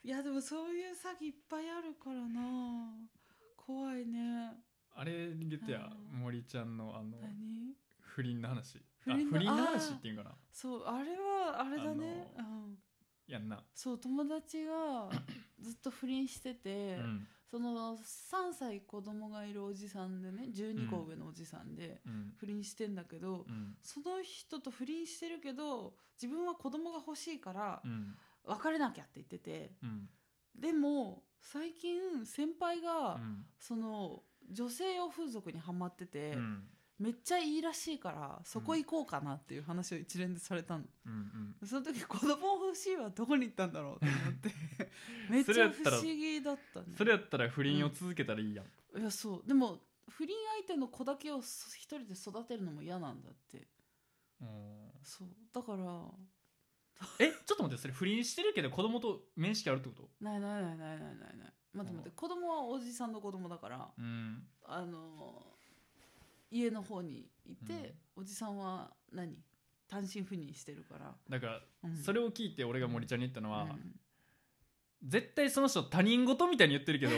B: いやでもそういう詐欺いっぱいあるからな怖いね
A: あれ言ってや
B: うん
A: 森ちゃんのあの
B: 何
A: 不倫の話
B: 不
A: あ
B: 倫の
A: 不倫の
B: あー
A: 話っていうんかな
B: そうあれはあれだね、
A: あ
B: うん、
A: やんな
B: そう友 達がずっと不倫して
A: う
B: て、
A: ん
B: その3歳子供がいるおじさんでね12個上のおじさんで
A: うん
B: 不倫してんだけど、
A: うん
B: その人と不倫してるけど自分は子供が欲しいから
A: うん
B: 別れなきゃって言ってて
A: うん
B: でも最近先輩
A: う
B: が、
A: ん
B: その女性用風俗にはまってて、
A: うん
B: めっちゃいいらしいからそこ行こうかなっていう話を一連でされたの、
A: うんうん
B: その時子供欲しいはどこに行ったんだろうって思って めっち
A: それや
B: ゃ
A: っ
B: 不
A: たら
B: 思議だったね
A: それやったら不倫を続けたらいいやん、
B: いやそうでも不倫相手の子だけをそ一人で育てるのも嫌なんだって
A: うん
B: そうだから
A: えちょっと待ってそれ不倫してるけど子供と面識あるってこと
B: ないないないないないないない待って待って子供はおじさんの子供だから
A: うん
B: あのー家の方にいて、おじさんは何単身赴任してるから、
A: だから
B: うん、
A: そ
B: れ
A: れを聞いて俺が森ちゃんに言ったのは、
B: うん、
A: 絶対その人他人事みたいに言ってる けど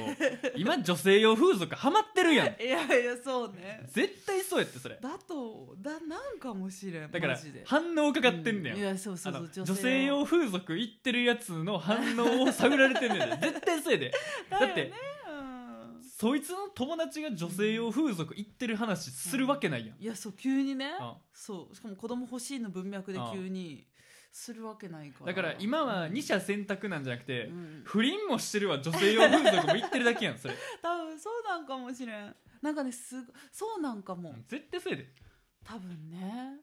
A: 今女性用風俗ハマってるやん
B: いやいやそうね
A: 絶対そうやってそれ
B: だとだなんかもしれん
A: だから
B: マジで
A: 反応伺ってんね、
B: うんいやそうそ
A: あ
B: うそ
A: の
B: う
A: 女性用風俗行ってるやつの反応を探られてん ねんで絶対そうやで
B: だよね
A: だって
B: うん
A: そいつの友達が女性用風俗行ってる話するわけないやん、
B: いやそう急にね
A: うん
B: そうしかも子供欲しいの文脈で
A: ああ
B: 急にするわけないから
A: だから今は二者選択なんじゃなくて、
B: うん
A: 不倫もしてるわ女性用風俗も言ってるだけやんそれ
B: 多分そうなんかもしれんなんかねすごそうなんかも
A: 絶対そうやで
B: 多分ね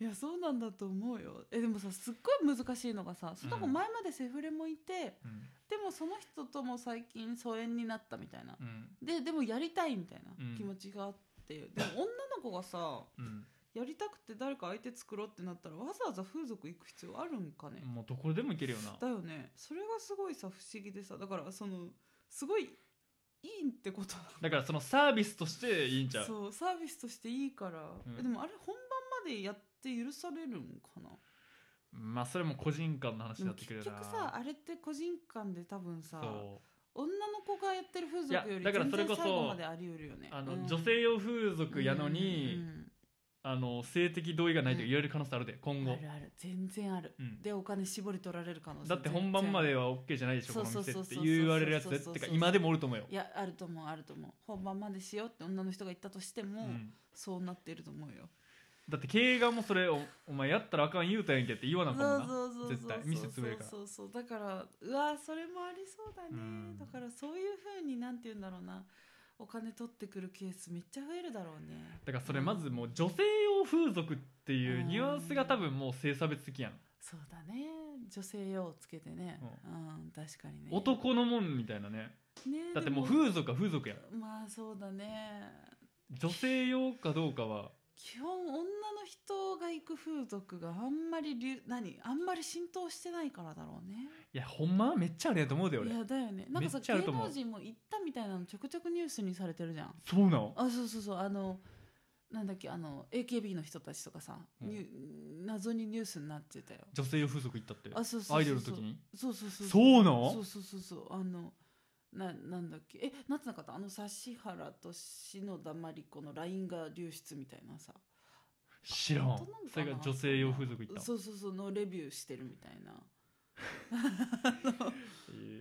B: いやそうなんだと思うよえでもさすっごい難しいのがさその子
A: うん
B: 前までセフレもいて、
A: うん
B: でもその人とも最近疎遠になったみたいな
A: うん
B: ででもやりたいみたい
A: うん
B: な気持ちがあって、でも女の子がさ
A: うん
B: やりたくて誰か相手作ろうってなったらわざわざ風俗行く必要あるんかね、
A: もうどこでもいけるよな
B: だよねそれがすごいさ不思議でさだからそのすごいいいってことなの
A: だからそのサービスとしていいんちゃう
B: そうサービスとしていいから、
A: うん
B: えでもあれ本番までやって許されるんかな
A: まあそれも個人間の話
B: で
A: に
B: も
A: なってく
B: 結
A: るよな
B: 局さあれって個人間で多分さ
A: そう
B: 女の子がやってる風俗よ
A: い
B: り
A: やだから
B: 全
A: それこ
B: 然
A: そ
B: 最後まであり得るよね
A: あの、
B: うん
A: 女性用風俗やのに、あの性的同意がないと言われる可能性あるで
B: うん
A: 今後
B: うんうんあ、るある全然ある
A: うん、
B: でお金絞り取られる可能性
A: だって本番ま
B: 全
A: で
B: 然
A: は OK じゃないでしょ
B: そ
A: この
B: うそう
A: 店
B: そう
A: って
B: そう
A: 言われるやつ
B: そう
A: っ
B: そうそう
A: てか今でもおると思うよ
B: あるいやあると思うあると思う本番までしようって女の人が言ったとして
A: う
B: も、
A: ん
B: そうなってると思うよ
A: だって経営側もそれおお前やったらあかん言うたやんけって言わな
B: そ
A: あ
B: う
A: かんもんな
B: そうそう
A: 絶対
B: そう
A: 店潰れるから
B: そうそうそうだからうわそれもありそうだね、
A: うん
B: だからそういうふうになんて言うんだろうなお金取ってくるケースめっちゃ増えるだろうね
A: だからそれまずもう女性用風俗っていうニュアンスが多分もう性差別的やん、
B: そうだね女性用をつけてね
A: う
B: うん、確かにね
A: 男のもんみたいなね
B: ね
A: だってもう
B: で
A: 風俗は風俗やん
B: まあそうだね
A: 女性用かどうかは
B: 基本女の人が行く風俗があんまり流何あんまり浸透してないからだろうね
A: いやほんまはめっちゃあれやと思うで俺
B: いやだよねなんか
A: めっ
B: さ
A: ちゃある
B: 芸
A: と思う
B: 能人も行ったみたいなのちょくちょくニュースにされてるじゃん
A: そうなの
B: あそうそうそうあのなんだっけあの AKB の人たちとかさ、
A: うん
B: ニュ謎にニュースになってたよ
A: 女性用風俗行ったって
B: あそうそ
A: ア
B: う
A: イド
B: そ
A: ル
B: う
A: の
B: そう
A: 時に
B: そうそうそう
A: そうなの
B: そうそうそうそうあのななんだっけえなんてなかったあの指原と篠田麻里子の LINE が流出みたいなさ
A: 知ら
B: 本
A: ん
B: 当なのかな
A: それが女性用風俗行ったん
B: そうそうそうのレビューしてるみたいな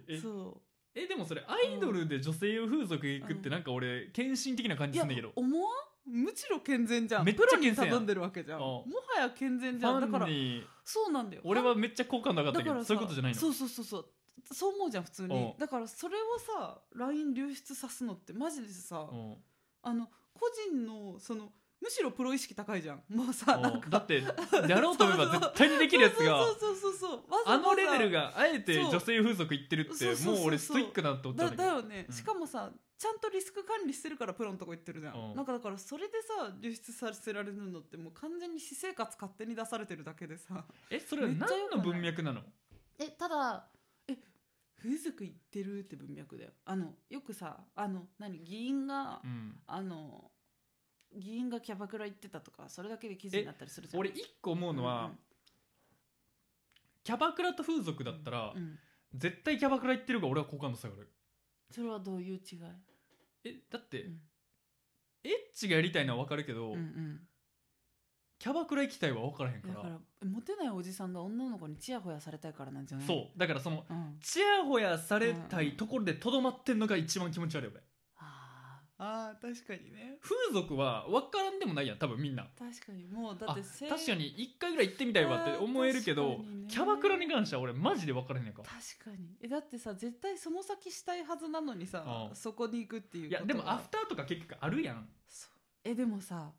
A: えー
B: そ
A: ええでもそれアイドルで女性用風俗行くってなんか俺献身的な感
B: うい
A: じす
B: や
A: んだけど
B: 思わんむしろ健全じゃん
A: めっち
B: プ
A: ゃ
B: ロに
A: 健全やん
B: 頼んでるわけじゃん
A: うん
B: もはや健全
A: フ
B: じゃんだか
A: ァ
B: ら
A: ンに
B: そうなんだよ
A: 俺はめっちゃ好感度上がった
B: だ
A: け
B: か
A: ど
B: ら
A: そういうことじゃないの
B: そうそうそうそうそう思うじゃん普通に
A: うん
B: だからそれをさ LINE 流出さすのってマジでさ
A: うん
B: あの個人のそのむしろプロ意識高いじゃんもうさ
A: うん
B: なんか
A: だってやろうと思えば絶対にできるやつ
B: そ
A: が
B: うそうそうそうそうわざ
A: あ
B: わざ
A: のレベルがあえて
B: そう
A: 女性風俗行ってるって
B: そうそうそうそう
A: もう俺ストイックだなって思った
B: だ
A: んだ
B: だ
A: けど
B: よね、
A: うん
B: しかもさちゃんとリスク管理してるからプロのとこ行ってるじゃん、
A: うん
B: なんかだからそれでさ流出させられるのってもう完全に私生活勝手に出されてるだけでさ
A: えそれは
B: めっちゃ良
A: 何の
B: くない
A: 文脈なの
B: えただえ風俗行ってるって文脈だよあのよくさあの何議員が、
A: うん
B: あの議員がキャバクラ行ってたとかそれだけで記事になったりするじゃん
A: 俺一個思うのはキャバクラと風俗だったら
B: うんうんうん
A: 絶対キャバクラ行ってるから俺は好感度下がる
B: それはどういう違い、
A: えだっ
B: う
A: て
B: ん
A: エッチがやりたいのは分かるけど、
B: うんうん
A: キャバクラ行きたいは分からへんか
B: だ
A: ら
B: からモテないおじさんが女の子にチヤホヤされたいからなんじゃない
A: そうだからその
B: う、ん、
A: ちやほやされたいところでとどまってんのが一番気持ち悪い俺
B: あーあー確かにね
A: 風俗は分からんでもないやん多分みんな
B: 確かにもうだっ
A: あ
B: て性
A: 確かに一回ぐらい行ってみたいわって思えるけ
B: あ
A: ど
B: ー確かにね
A: キャバクラに関しては俺マジで分からへんやんか
B: 確かにえだってさ絶対その先したいはずなのにさ
A: うん
B: そこに行くっていう
A: い
B: こと
A: やでも
B: が
A: アフターとか結局あるやん
B: そうえでもさ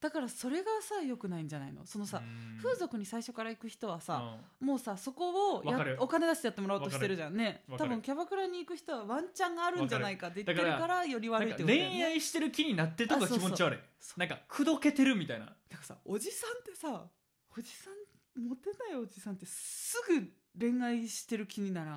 B: だからそれがさ良くないんじゃないのそのさ、
A: うん
B: 風俗に最初から行く人はさ、
A: うん
B: もうさそこをや
A: わかる
B: お金出してやってもらおうとしてるじゃんね
A: わか
B: 多
A: る
B: 分キャバクラに行く人はワンチャンがあるんじゃないかって言ってる
A: だ
B: か
A: から
B: より
A: な
B: 悪
A: ん
B: いっ
A: か
B: てことだよ
A: 恋
B: ね
A: 愛してる気になってるとこが気持ち悪い
B: そう
A: なんか口説けてるみたいな
B: だからさおじさんってさおじさんモテないおじさんってすぐ恋愛してる気にならんあ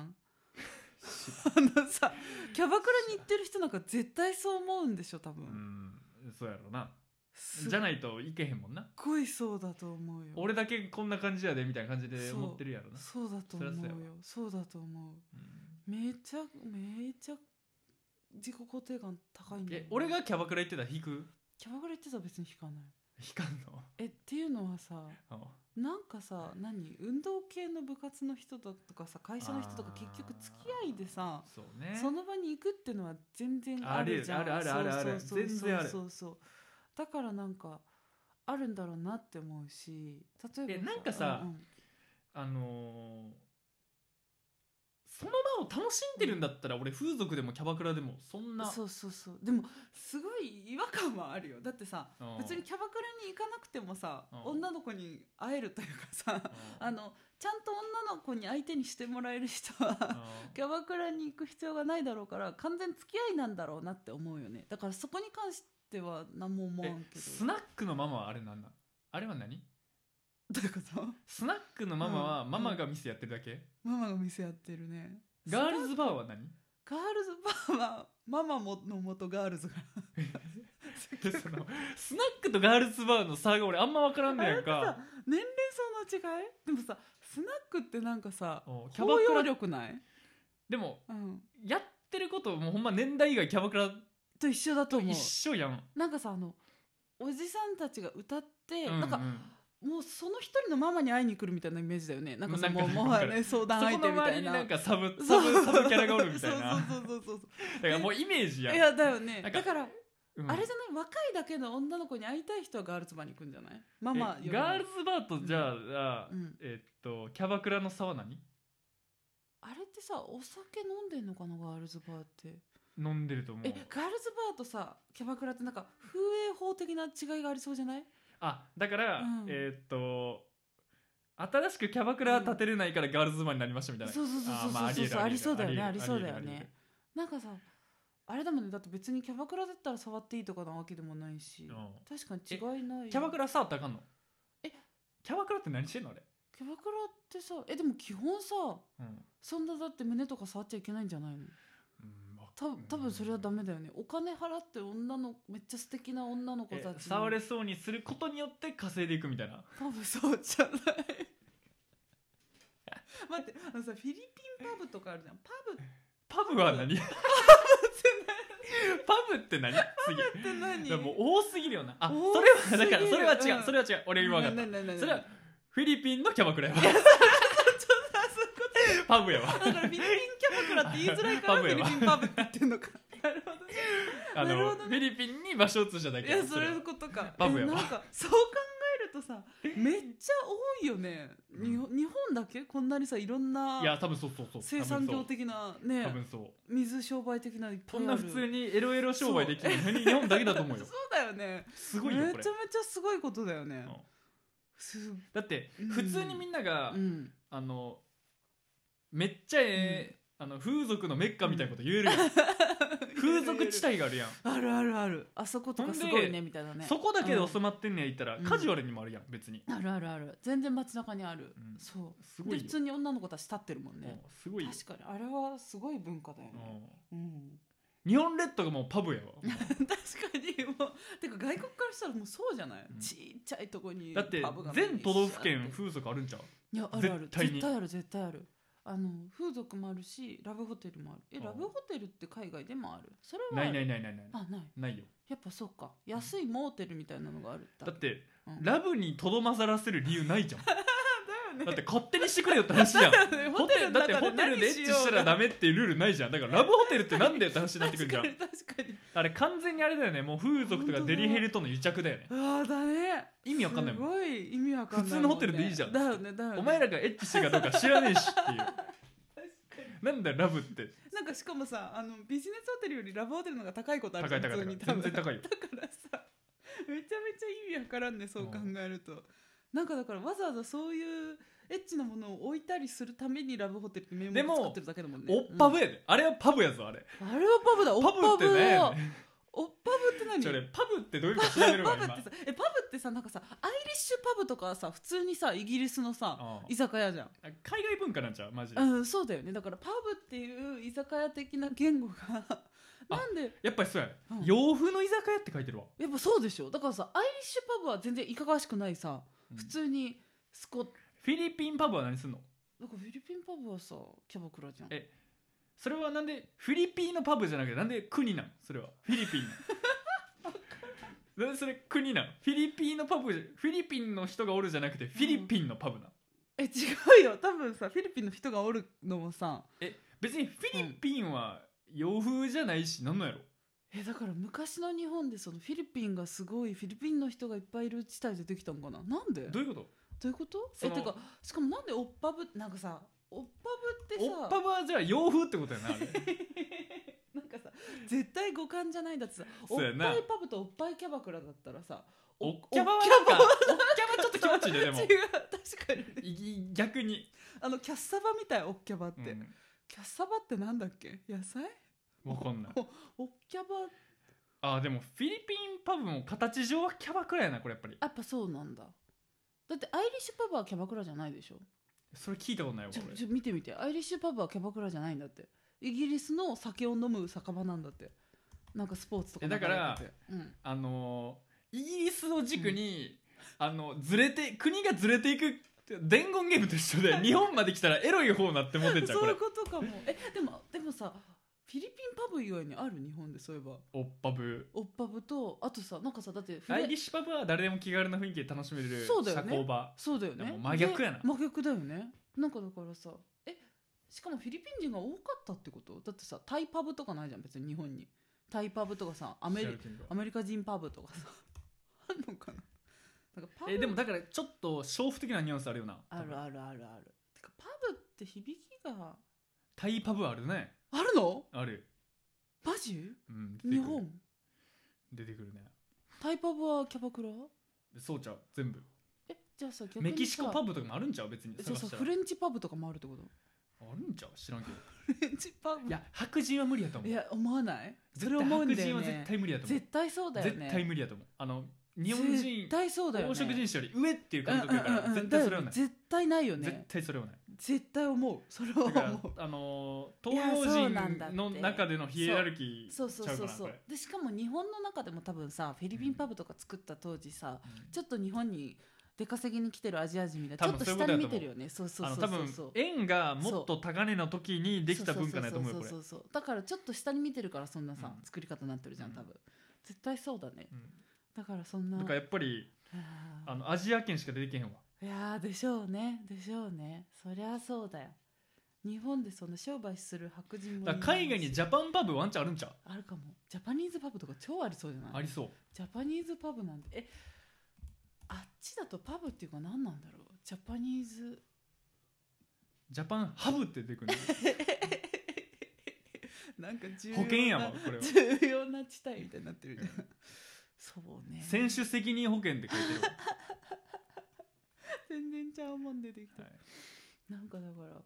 B: のさキャバクラに行ってる人なんか絶対そう思うんでしょ多
A: う
B: 分、
A: んそうやろな
B: す
A: じゃ
B: っ
A: ないといけへんもんな
B: ごいそうだと思うよ
A: 俺だけこんな感じやでみたいな感じで
B: そう
A: 思ってるやろな
B: そうだと思う
A: そりゃ
B: よ
A: そうや
B: そうだと思
A: うん
B: うめちゃめちゃ自己肯定感高いんだよ
A: え
B: ね
A: 俺がキャバクラ行ってたら引く
B: キャバクラ行ってたら別に引かない
A: 引かんの
B: えっていうのはさ
A: あ
B: なんかさ何運動系の部活の人だとかさ会社の人とか
A: あー
B: 結局付き合いでさ
A: そうね
B: その場に行くってのは全然あるじゃん
A: あるあるあるある
B: そうそうそう
A: 全然ある
B: そうそうだからなんかあるんだろうなって思うし例えば
A: えなんかさ
B: うんうん
A: あのーその場を楽しんでるんだったら俺風俗でもキャバクラでもそんな
B: そうそうそうでもすごい違和感はあるよだってさ
A: うん
B: 別にキャバクラに行かなくてもさ
A: うん
B: 女の子に会えるというかさ
A: うん
B: あのちゃんと女の子に相手にしてもらえる人は
A: うん
B: キャバクラに行く必要がないだろうから完全付き合いなんだろうなって思うよねだからそこに関しては何も 思わん
A: え
B: け
A: ス
B: ど
A: ナックのママはあれなんなんあれは何
B: どういうこと
A: スナックのママは
B: うん
A: ママが店やってるだけ、
B: ママが店やってるね
A: ガールズバーは何
B: ガールズバーはママもの元ガールズが
A: で そのスナックとガールズバーの差が俺あんま分からんねやん
B: あれっ
A: か
B: てさ年齢層の違いでもさスナックってなんかさ
A: おキャバ
B: 包
A: ク
B: 容
A: ラ
B: 力ない、
A: でも
B: うん、
A: やってることもうほんま年代以外キャバクラ
B: と一緒だ
A: と
B: と思
A: 一
B: う
A: 緒やん
B: なんかさあのおじさんたちが歌って、
A: うんうん
B: なんかもうその一人のママに会いに来るみたいなイメージだよねなんか
A: な
B: さ
A: んか
B: もうも
A: なん
B: は
A: か
B: ね相
A: そ
B: 談
A: こ
B: 相
A: の
B: 手みた
A: 周り
B: い
A: に
B: な
A: なんかサブサ
B: そう
A: ブサブキャラがおるみたいな
B: そうそうそうそう
A: だからもうイメージや
B: そうんいやだよね
A: な
B: だ
A: んか
B: から、
A: うん
B: あれじゃない若いだけの女の子に会いたい人はガールズバーに行くんじゃないマ
A: え
B: マよりも
A: ガールズバーとじゃあ、あ
B: うん、
A: えっとキャバクラの差は何
B: あれってさお酒飲んでんのかなガールズバーって
A: 飲んでると思う
B: えガールズバーとさキャバクラってなんか風営法的な違いがありそうじゃない
A: あだから、
B: うん
A: えっと新しくキャバクラ建てれないからガールズバーになりましたみたいな、
B: そうそうそう
A: あ
B: そう
A: ーまああり
B: そ
A: え
B: う
A: る
B: そう
A: あ
B: あ
A: りえる
B: りそうだよね
A: あり
B: あ
A: え
B: り
A: る
B: そうだよ
A: ありえる
B: ねなんかさあれだもんねだって別にキャバクラだったら触っていいとかなわけでもないし、
A: うん
B: 確かに違いない
A: キャバク
B: ラ
A: ラ触ったらあかんの
B: え
A: キャバクラって何してんのあれ、
B: キャバクラってさえでも基本さ
A: うん
B: そんなだって胸とか触っちゃいけないんじゃないの
A: うんわ
B: た多分それはダメだよねお金払って女のめっちゃ素敵な女の子
A: え
B: たちに
A: 触れそうにすることによって稼いでいくみたいな
B: パブそうじゃ ない待ってあのさフィリピンパブとかあるじゃんパブっ
A: パブは何パブって何次
B: て何
A: だからもう多すぎるよなあ
B: 多
A: それはだから
B: すぎ
A: それ
B: る
A: は違う、
B: うん
A: それは違う俺今分かった
B: なななな
A: それはフィリピンのキャバク ラやわ
B: あそこ
A: パブやわ
B: だからフィリピンキャバクラって言いづらいから
A: パ
B: フ
A: ブ
B: ィ
A: や
B: リ
A: わ
B: ピンパブって言ってんの かなるほどね
A: あ
B: なる
A: の、
B: ほどね
A: フィリピンに場所を移しただけ
B: いやそ
A: それ
B: れ
A: は
B: のことか
A: パブや
B: え
A: わ
B: なんかそう考えるとさめっちゃ多いよねにほ日本だけこんなにさいろんない
A: や多分そうそうそう
B: 生産業的な
A: 多
B: ね
A: 分そう多分そう
B: 水商売的ないっぱ
A: こ
B: い
A: ん
B: あ
A: な
B: る
A: 普通にエロエロ商売できるの日本だけだと思うよ
B: そうだよね
A: すごいよ
B: め
A: こ
B: ちゃ
A: れ
B: めちゃすごいことだよね、
A: うん
B: す
A: だって普通にみんなが、
B: うん
A: あのめっちゃええ、あの風俗のメッカみたいなこと言えるやん、 風俗地帯があるやん
B: あるあるあるあそことかすご
A: ほ
B: い
A: んで
B: ねみたいなね
A: そこだけで収まってんねや言ったら、
B: うん
A: カジュアルにもあるやん別に
B: あるあるある全然街中にある、
A: うん
B: そ
A: す
B: う
A: ご
B: で
A: い
B: 普
A: よ
B: 通に女の子たち立ってるもんね
A: もうすごいよ、
B: 確かにあれはすごい文化だよ
A: う
B: ね、
A: ん
B: うん、
A: 日本列島がもうパブやわもう
B: 確かにもうてか外国からしたらもうそうじゃない、
A: うん
B: ちっちゃいとこに
A: だって
B: パブが
A: 全都道府
B: めっ
A: 県
B: ちゃあって
A: 風俗あるんちゃう
B: いやあるある
A: 絶
B: 絶
A: 対
B: 対
A: に
B: ある絶対あるあの風俗もあるしラブホテルもあるえ
A: うん
B: ラブホテルって海外でもあるそれは
A: ないないいないないない
B: あない
A: ないよ
B: やっぱそうか安いモーテルみたいなのがある
A: だって
B: うん
A: ラブにとどまざらせる理由ないじゃんだ
B: だよね
A: って勝手にしてくれよって話じゃん
B: だよね
A: ホ
B: ホ
A: テ
B: テ
A: ル
B: ル
A: だ
B: の
A: って
B: 中
A: ホ
B: で
A: テルでエッチしたらダメっていうルールないじゃんだからラブホテルってなんでって話になってくるじゃん
B: 確かに確かに
A: あれ完全にあれだよねもう風俗とかデリヘルとの癒着だよね
B: ああだね
A: 意味わかんないもん
B: すごい意味わかんないも
A: 普通の
B: んね
A: ホテルでいいじゃん
B: だよねだよね
A: お前らがエッチしてるかどうか知らねえしっていうなんだよラブって
B: なんかしかもさあのビジネスホテルよりラブホテルの方が高いことあ
A: 高
B: る
A: い高い
B: じゃん
A: 高い
B: 普通に多
A: 全
B: 分
A: 然高いよ
B: だからさめちゃめちゃ意味わからんねそう考えると、なんかだからわざわざそういうエッチなものを置いたりするためにラブホテルって名
A: で
B: 目
A: も
B: 作ってるだけだもんね
A: おっパブ
B: うん
A: やであれはパブやぞあれ
B: あれはパブだおっ
A: パ
B: パ
A: ブっ
B: ブ
A: てね
B: おっパブって何
A: ちょ俺パブってどういうか調べるわ
B: パ ブ
A: 今
B: ってさえパブってさなんかさアイリッシュパブとかはさ普通にさイギリスのさ
A: うん
B: 居酒屋じゃん
A: 海外文化なんちゃうマジで
B: うんそうだよねだからパブっていう居酒屋的な言語がなんで
A: やっぱりそうやね
B: うん
A: 洋風の居酒屋って書いてるわ
B: やっぱそうでしょだからさアイリッシュパブは全然いかがわしくないさ、
A: うん
B: 普通にスコ
A: フィリピンパブは何すんの
B: なんかフィリピンパブはさキャバクラじゃん
A: えそれはなんでフィリピンのパブじゃなくてなんで国なんそれはフィリピ ンのなんでそれ国なんフィリピンのパブフィリピンの人がおるじゃなくてフィリピンのパブなん、
B: え違うよ多分さフィリピンの人がおるのもさ
A: え別にフィリピンは洋風じゃないしなんなんやろ
B: えだから昔の日本でそのフィリピンがすごいフィリピンの人がいっぱいいる地帯でできたのかななんで
A: どういうこと
B: どういうこと
A: そ
B: え
A: の
B: てかしかもなんでオッパブなんかさおっぱぶって
A: お
B: さ
A: っぱぶはじゃあ洋風ってことやなあれ
B: なんかさ絶対五感じゃないんだってさおっ
A: そうやな
B: ぱいパブとおっぱいキャバクラだったらさ
A: おっ
B: キ
A: き
B: ャ
A: ゃ
B: バ
A: ば
B: は
A: は
B: なんか
A: なんかおっきゃばちょっと気持ちいいねでも
B: 違う確かにね
A: いい逆に、
B: あのキャッサバみたいおっキャバって、
A: うん
B: キャッサバってなんだっけ野菜
A: わかんない
B: おっキャバ
A: あでもフィリピンパブも形上はキャバクラやなこれやっぱり
B: やっぱそうなんだだってアイリッシュパブはキャバクラじゃないでしょ
A: それ聞いたことないわ
B: ちょ
A: 俺
B: ちょ見てみてアイリッシュパブはキャバクラじゃないんだってイギリスの酒を飲む酒場なんだってなんかスポーツとか
A: えだから
B: 流れててうん、
A: あのーイギリスを軸に、あのずれて国がずれていく伝言ゲームと一緒で日本まで来たらエロい方になってモテちゃうこ
B: そうい
A: れ
B: うことかもえでもでもさフィリピンパブ以外にある日本でそういえば
A: おっぱぶ
B: オッパブとあとさなんかさだってフ
A: アイリ
B: レ
A: ッシュパブは誰でも気軽な雰囲気で楽しめる
B: そうだよ
A: 社
B: ね
A: 交場
B: そうだよね
A: でも真逆やな
B: で真逆だよねなんかだからさえしかもフィリピン人が多かったってことだってさタイパブとかないじゃん別に日本にタイパブとかさアメ
A: シ
B: リ
A: ャルキングは
B: アメリカ人パブとかさ あんのかななんかパブ
A: えでもだからちょっと娼婦的なニュアンスあるよな
B: あるあるあるあるてかパブって響きが
A: タイパブあるね
B: あるの
A: ある、
B: マジ
A: うん、出てくる
B: 日本
A: 出てくるね
B: タイパブはキャバクラ
A: そうちゃう全部
B: えじゃあさ逆にさ
A: メキシコパブとかもあるんちゃう別に
B: じゃあさ
A: 探したら
B: フレンチパブとかもあるってこと
A: あるんちゃう知らんけど
B: フレンチパブ
A: いや白人は無理やと思う
B: いや思わないそ
A: 絶
B: れ
A: 対
B: 思うん
A: 白
B: だ
A: 人
B: よ
A: は
B: ね
A: 絶対無理やと思う
B: 絶対そうだよね
A: 絶対無理やと思うあの日本人
B: 絶対そうだよね
A: 黄色人種より上っていう
B: うん
A: 感覚やか
B: うんうん
A: ら
B: う
A: 絶対それは
B: んだよね
A: ない
B: 絶対ないよ
A: 絶
B: ね
A: 対それはない
B: 絶対思うそれは
A: だから
B: 思う
A: あのー
B: いや
A: 東
B: そ
A: 洋
B: うなんだっ
A: 人
B: て
A: の中でのヒエラルキー
B: そうそうそう
A: ちゃ
B: そ
A: か
B: う
A: なこ
B: でしかも日本の中でも多分さフィリピンパブとか作った当時さ
A: れ
B: ちょっと日本に出稼ぎに来てるアジア人みたいな
A: 多
B: ちょ
A: 分そう
B: っと
A: いうこ
B: 下
A: と
B: に
A: だと思
B: 見
A: う
B: てるよねそうそう
A: あの
B: そ
A: 多
B: うそう
A: 分
B: そう
A: 円がもっと高値の時にできた文化だと思うよこれ
B: そうそうそうそうそうだからちょっと下に見てるからそんなさ
A: うん
B: 作り方になってるじゃん
A: うん
B: 多分絶対そうだね
A: うん
B: だからそんな
A: だからやっぱり
B: あー
A: あのアジア圏しか出てけへんわ
B: いやーでしょうねでしょうねそりゃそうだよ日本でその商売する白人も
A: だから海外にジャパンパブワンチャンあるんちゃう
B: あるかもジャパニーズパブとか超ありそうじゃな
A: あ
B: い
A: りそう
B: ジャパニーズパブなんてえあっちだとパブっていうか何なんだろうジャパニーズ
A: ジャパンハブって出てくる
B: なんか重要
A: 保険やわ
B: な
A: これは
B: 重要な地帯みたいになってるじゃん
A: う
B: そうね
A: 選手責任保険って書いてるわ
B: 全然ちゃうもん出てき た、
A: はい
B: なんかだから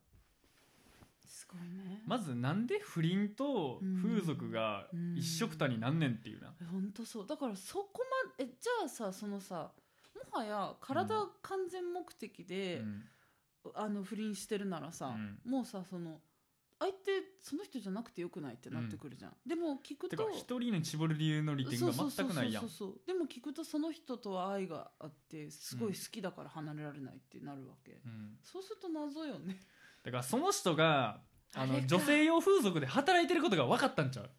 B: すごいね
A: まずなんで不倫と風俗が一緒くたになんねんっていうな
B: 本当そうだからそこまえじゃあさそのさもはや体
A: うん
B: 完全目的
A: う
B: で、
A: ん
B: あの不倫してるならさ、もうさその相手その人じゃなくてよくないってなってくるじゃん、でも聞く
A: てか
B: と
A: 一人に絞る理由の利点が全くないやん
B: そうそうそうそうでも聞くとその人とは愛があってすごい好きだから離れられないってなるわけ、
A: うん
B: そうすると謎よね
A: だからその人があ
B: あれ
A: の
B: か
A: 女性用風俗で働いてることが分かったんちゃう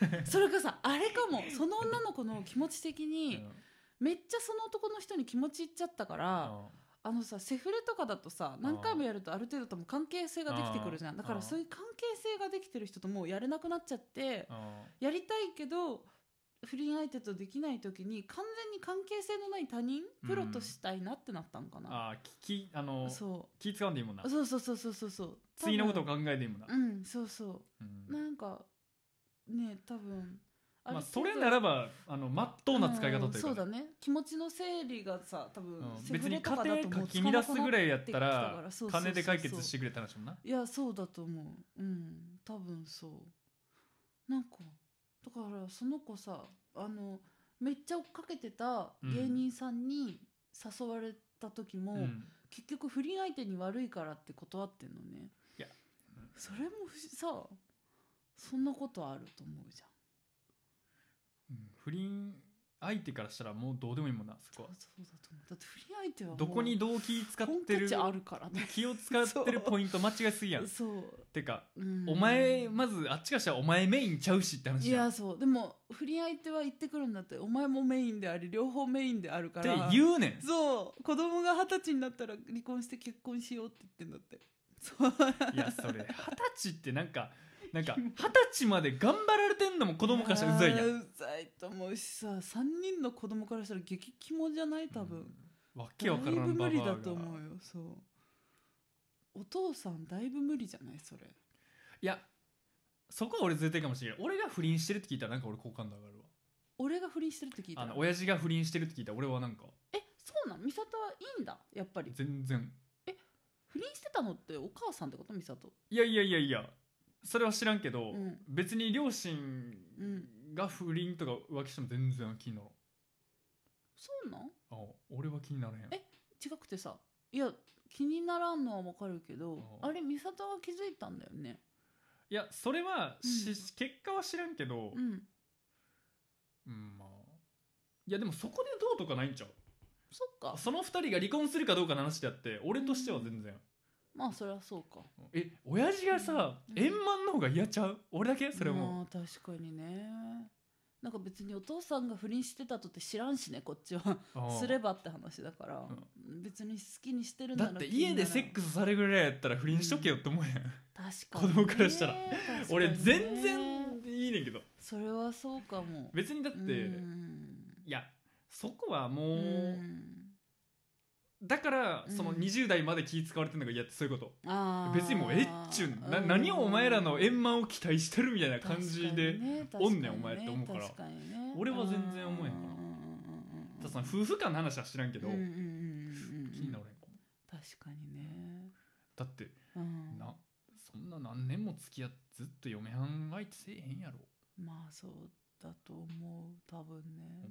B: え それかさあれかもその女の子の気持ち的
A: う
B: に
A: ん
B: めっちゃその男の人に気持ちいっちゃったから、あのさセフレとかだとさ何回もやるとある程度とも関係性ができてくるじゃん
A: あー
B: だから
A: あー
B: そういう関係性ができてる人ともうやれなくなっちゃって
A: うんうん
B: やりたいけど不倫相手とできない時に完全に関係性のない他人
A: うん
B: プロとしたいなってなったんかな、
A: あーききあの
B: そ
A: 気使うんでいいもんな
B: うそうそうそうそうそうそう
A: 次のことを
B: 多
A: 考えていいもんな、
B: 分うんそうそううんなんかね多分あ
A: まあ、
B: る
A: そ
B: 程度
A: れならばあの真っ当な使い方というか
B: ん
A: ね、
B: そうだね気持ちの整理がさ多分、
A: うん
B: セ
A: 別
B: フレ
A: に
B: と
A: 家
B: かだ
A: 庭
B: とも
A: か
B: う
A: き乱すぐらいやっ
B: ってき
A: たら
B: そうそうそうそう
A: 金で解決してくれたらしもんない
B: やそうだと思ううん多分そうなんかだからその子さあのめっちゃ追っかけてた芸人さんに誘われた時も、
A: うん
B: 結局不倫相手に悪いからって断ってんのね
A: いや
B: それも不思さそんなことあると思うじゃん
A: うん不倫相手からしたらもうどうでもいいもんなそこは
B: そうだと思うだって不倫相手はもう
A: どこにどう気使っ
B: 本
A: て
B: 拠
A: る
B: 地あるからね
A: 気を使って るポイント間違いすぎやん
B: そう、
A: てか
B: うん
A: お前まずあっちからしたらお前メインちゃうしって話
B: い
A: じゃん
B: や
A: っ
B: そうでも不倫相手は言ってくるんだってお前もメインであり両方メインであるか
A: て
B: ら
A: 言うねん
B: そう子供が二十歳になったら離婚して結婚しようって言ってんだってそう
A: いやそれ二十歳ってなんかなんか二十歳まで頑張られてんのも子供からしたらうざいや
B: あ
A: ん
B: ーうざいと思うしさ3人の子供からしたら激キモじゃない多分、
A: うんわけわから
B: だいぶ
A: んババ
B: 無理
A: アが
B: だと思うよそうお父さんだいぶ無理じゃないそれ
A: いやそこは俺ずれてるかもしれない俺が不倫してるって聞いたらなんか俺好感度上がるわ
B: 俺が不倫してるって聞いた
A: あ
B: ら
A: の親父が不倫してるって聞いたら俺はなんか
B: えそうなん美里はいいんだやっぱり
A: 全然
B: 不倫してたのってお母さんってこと美里
A: いやいやいやいやそれは知らんけど、
B: うん
A: 別に両親
B: うん
A: が不倫とか浮気しても全然気にならん
B: そうなん
A: あ俺は気にならへん
B: え違くてさいや気にならんのはわかるけど
A: あ
B: あれ美里が気づいたんだよね
A: いやそれはし、
B: うん
A: 結果は知らんけど、
B: うん
A: うんまあいやでもそこでどうとかないんちゃう
B: そっか
A: その2人が離婚するかどうかの話であって俺としては全然、
B: まあそりゃそうか
A: え親父がさ、
B: うん
A: 円満の方が嫌ちゃう俺だけそれも、
B: まあ確かにねなんか別にお父さんが不倫してたとって知らんしねこっちは
A: ああ
B: すればって話だから、別に好きにしてるな
A: だ
B: ら
A: って家でセックスされるぐらいやったら不倫しとけよって思うやん、
B: ス確かに、ね、
A: 子供からしたら
B: 確かにね
A: 俺全然いいねんけど
B: それはそうかも
A: 別にだって、
B: うん
A: いやそこはもう、
B: うん
A: だから
B: うん
A: その20代まで気使われてるのが嫌ってそういうこと、
B: あー
A: 別にもうえっちゅうな何をお前らの円満を期待してるみたいな感じで、
B: 確かにね
A: おんねんお前って思うから
B: 確かにね
A: 俺は全然思えんから
B: うんうんうんうん
A: ただその夫婦間の話は知らんけど、
B: うんうんうんうんうん
A: 気にならへんかも
B: 確かにね、
A: だって
B: うん、
A: なそんな何年も付き合ってずっと嫁はん相手せえへんやろ、
B: まあそうだと思う多分ね、
A: うん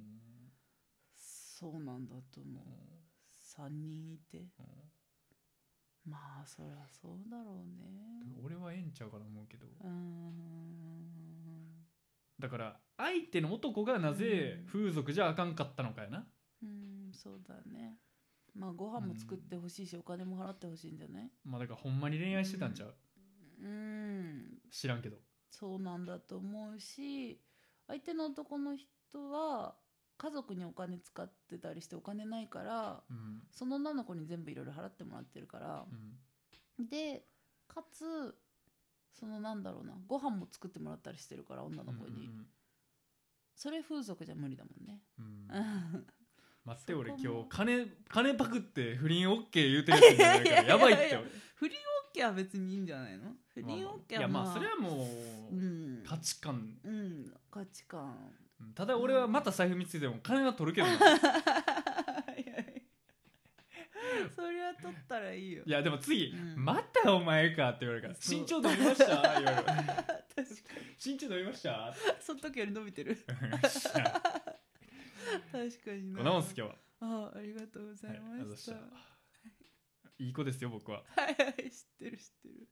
B: そうなんだと
A: う
B: 思うん3人い
A: う
B: て
A: ん
B: まあそりゃそうだろう
A: で
B: ね
A: も俺はええんちゃうかな思うけど
B: うーん
A: だから相手の男がなぜ風俗じゃあかんかったのかやな
B: うんそうだねまあご飯も作ってほしいし、お金も払ってほしいんじゃない
A: まあだからほんまに恋愛してたんちゃう
B: うん
A: 知らんけど
B: そうなんだと思うし相手の男の人は家族にお金使ってたりしてお金ないから
A: うん
B: その女の子に全部いろいろ払ってもらってるから
A: う、ん
B: でかつそのなんだろうなご飯も作ってもらったりしてるから女の子に、それ風俗じゃ無理だもんね、
A: うんうんうん
B: うん
A: 待って俺
B: そこ
A: 今
B: も
A: 日金金パクって不倫 OK 言うてるやつじゃないからやばいっ
B: い
A: て
B: やい
A: 俺
B: 不倫 OK は別にいいんじゃないの 不
A: まあ
B: 倫
A: まあ
B: OK は、
A: いやまあそれはも
B: う
A: うん価値観
B: うん価値観
A: うんただ俺はまた財布見つけても 金は取るけどな
B: はいはいそれは取ったらいいよ
A: いやでも次「
B: うん
A: またお前か」って言われるから「
B: そう
A: 身長伸びました?」 言われる
B: 確かに
A: 身長伸びました?」っ て
B: その時より伸び てる
A: よっしゃ
B: 確かに
A: こんなもんっす今日は
B: あありがとうござ
A: はいいありがとうござい
B: ま
A: ま
B: し、
A: したたいい子ですよ僕は
B: はいはい知ってる知ってる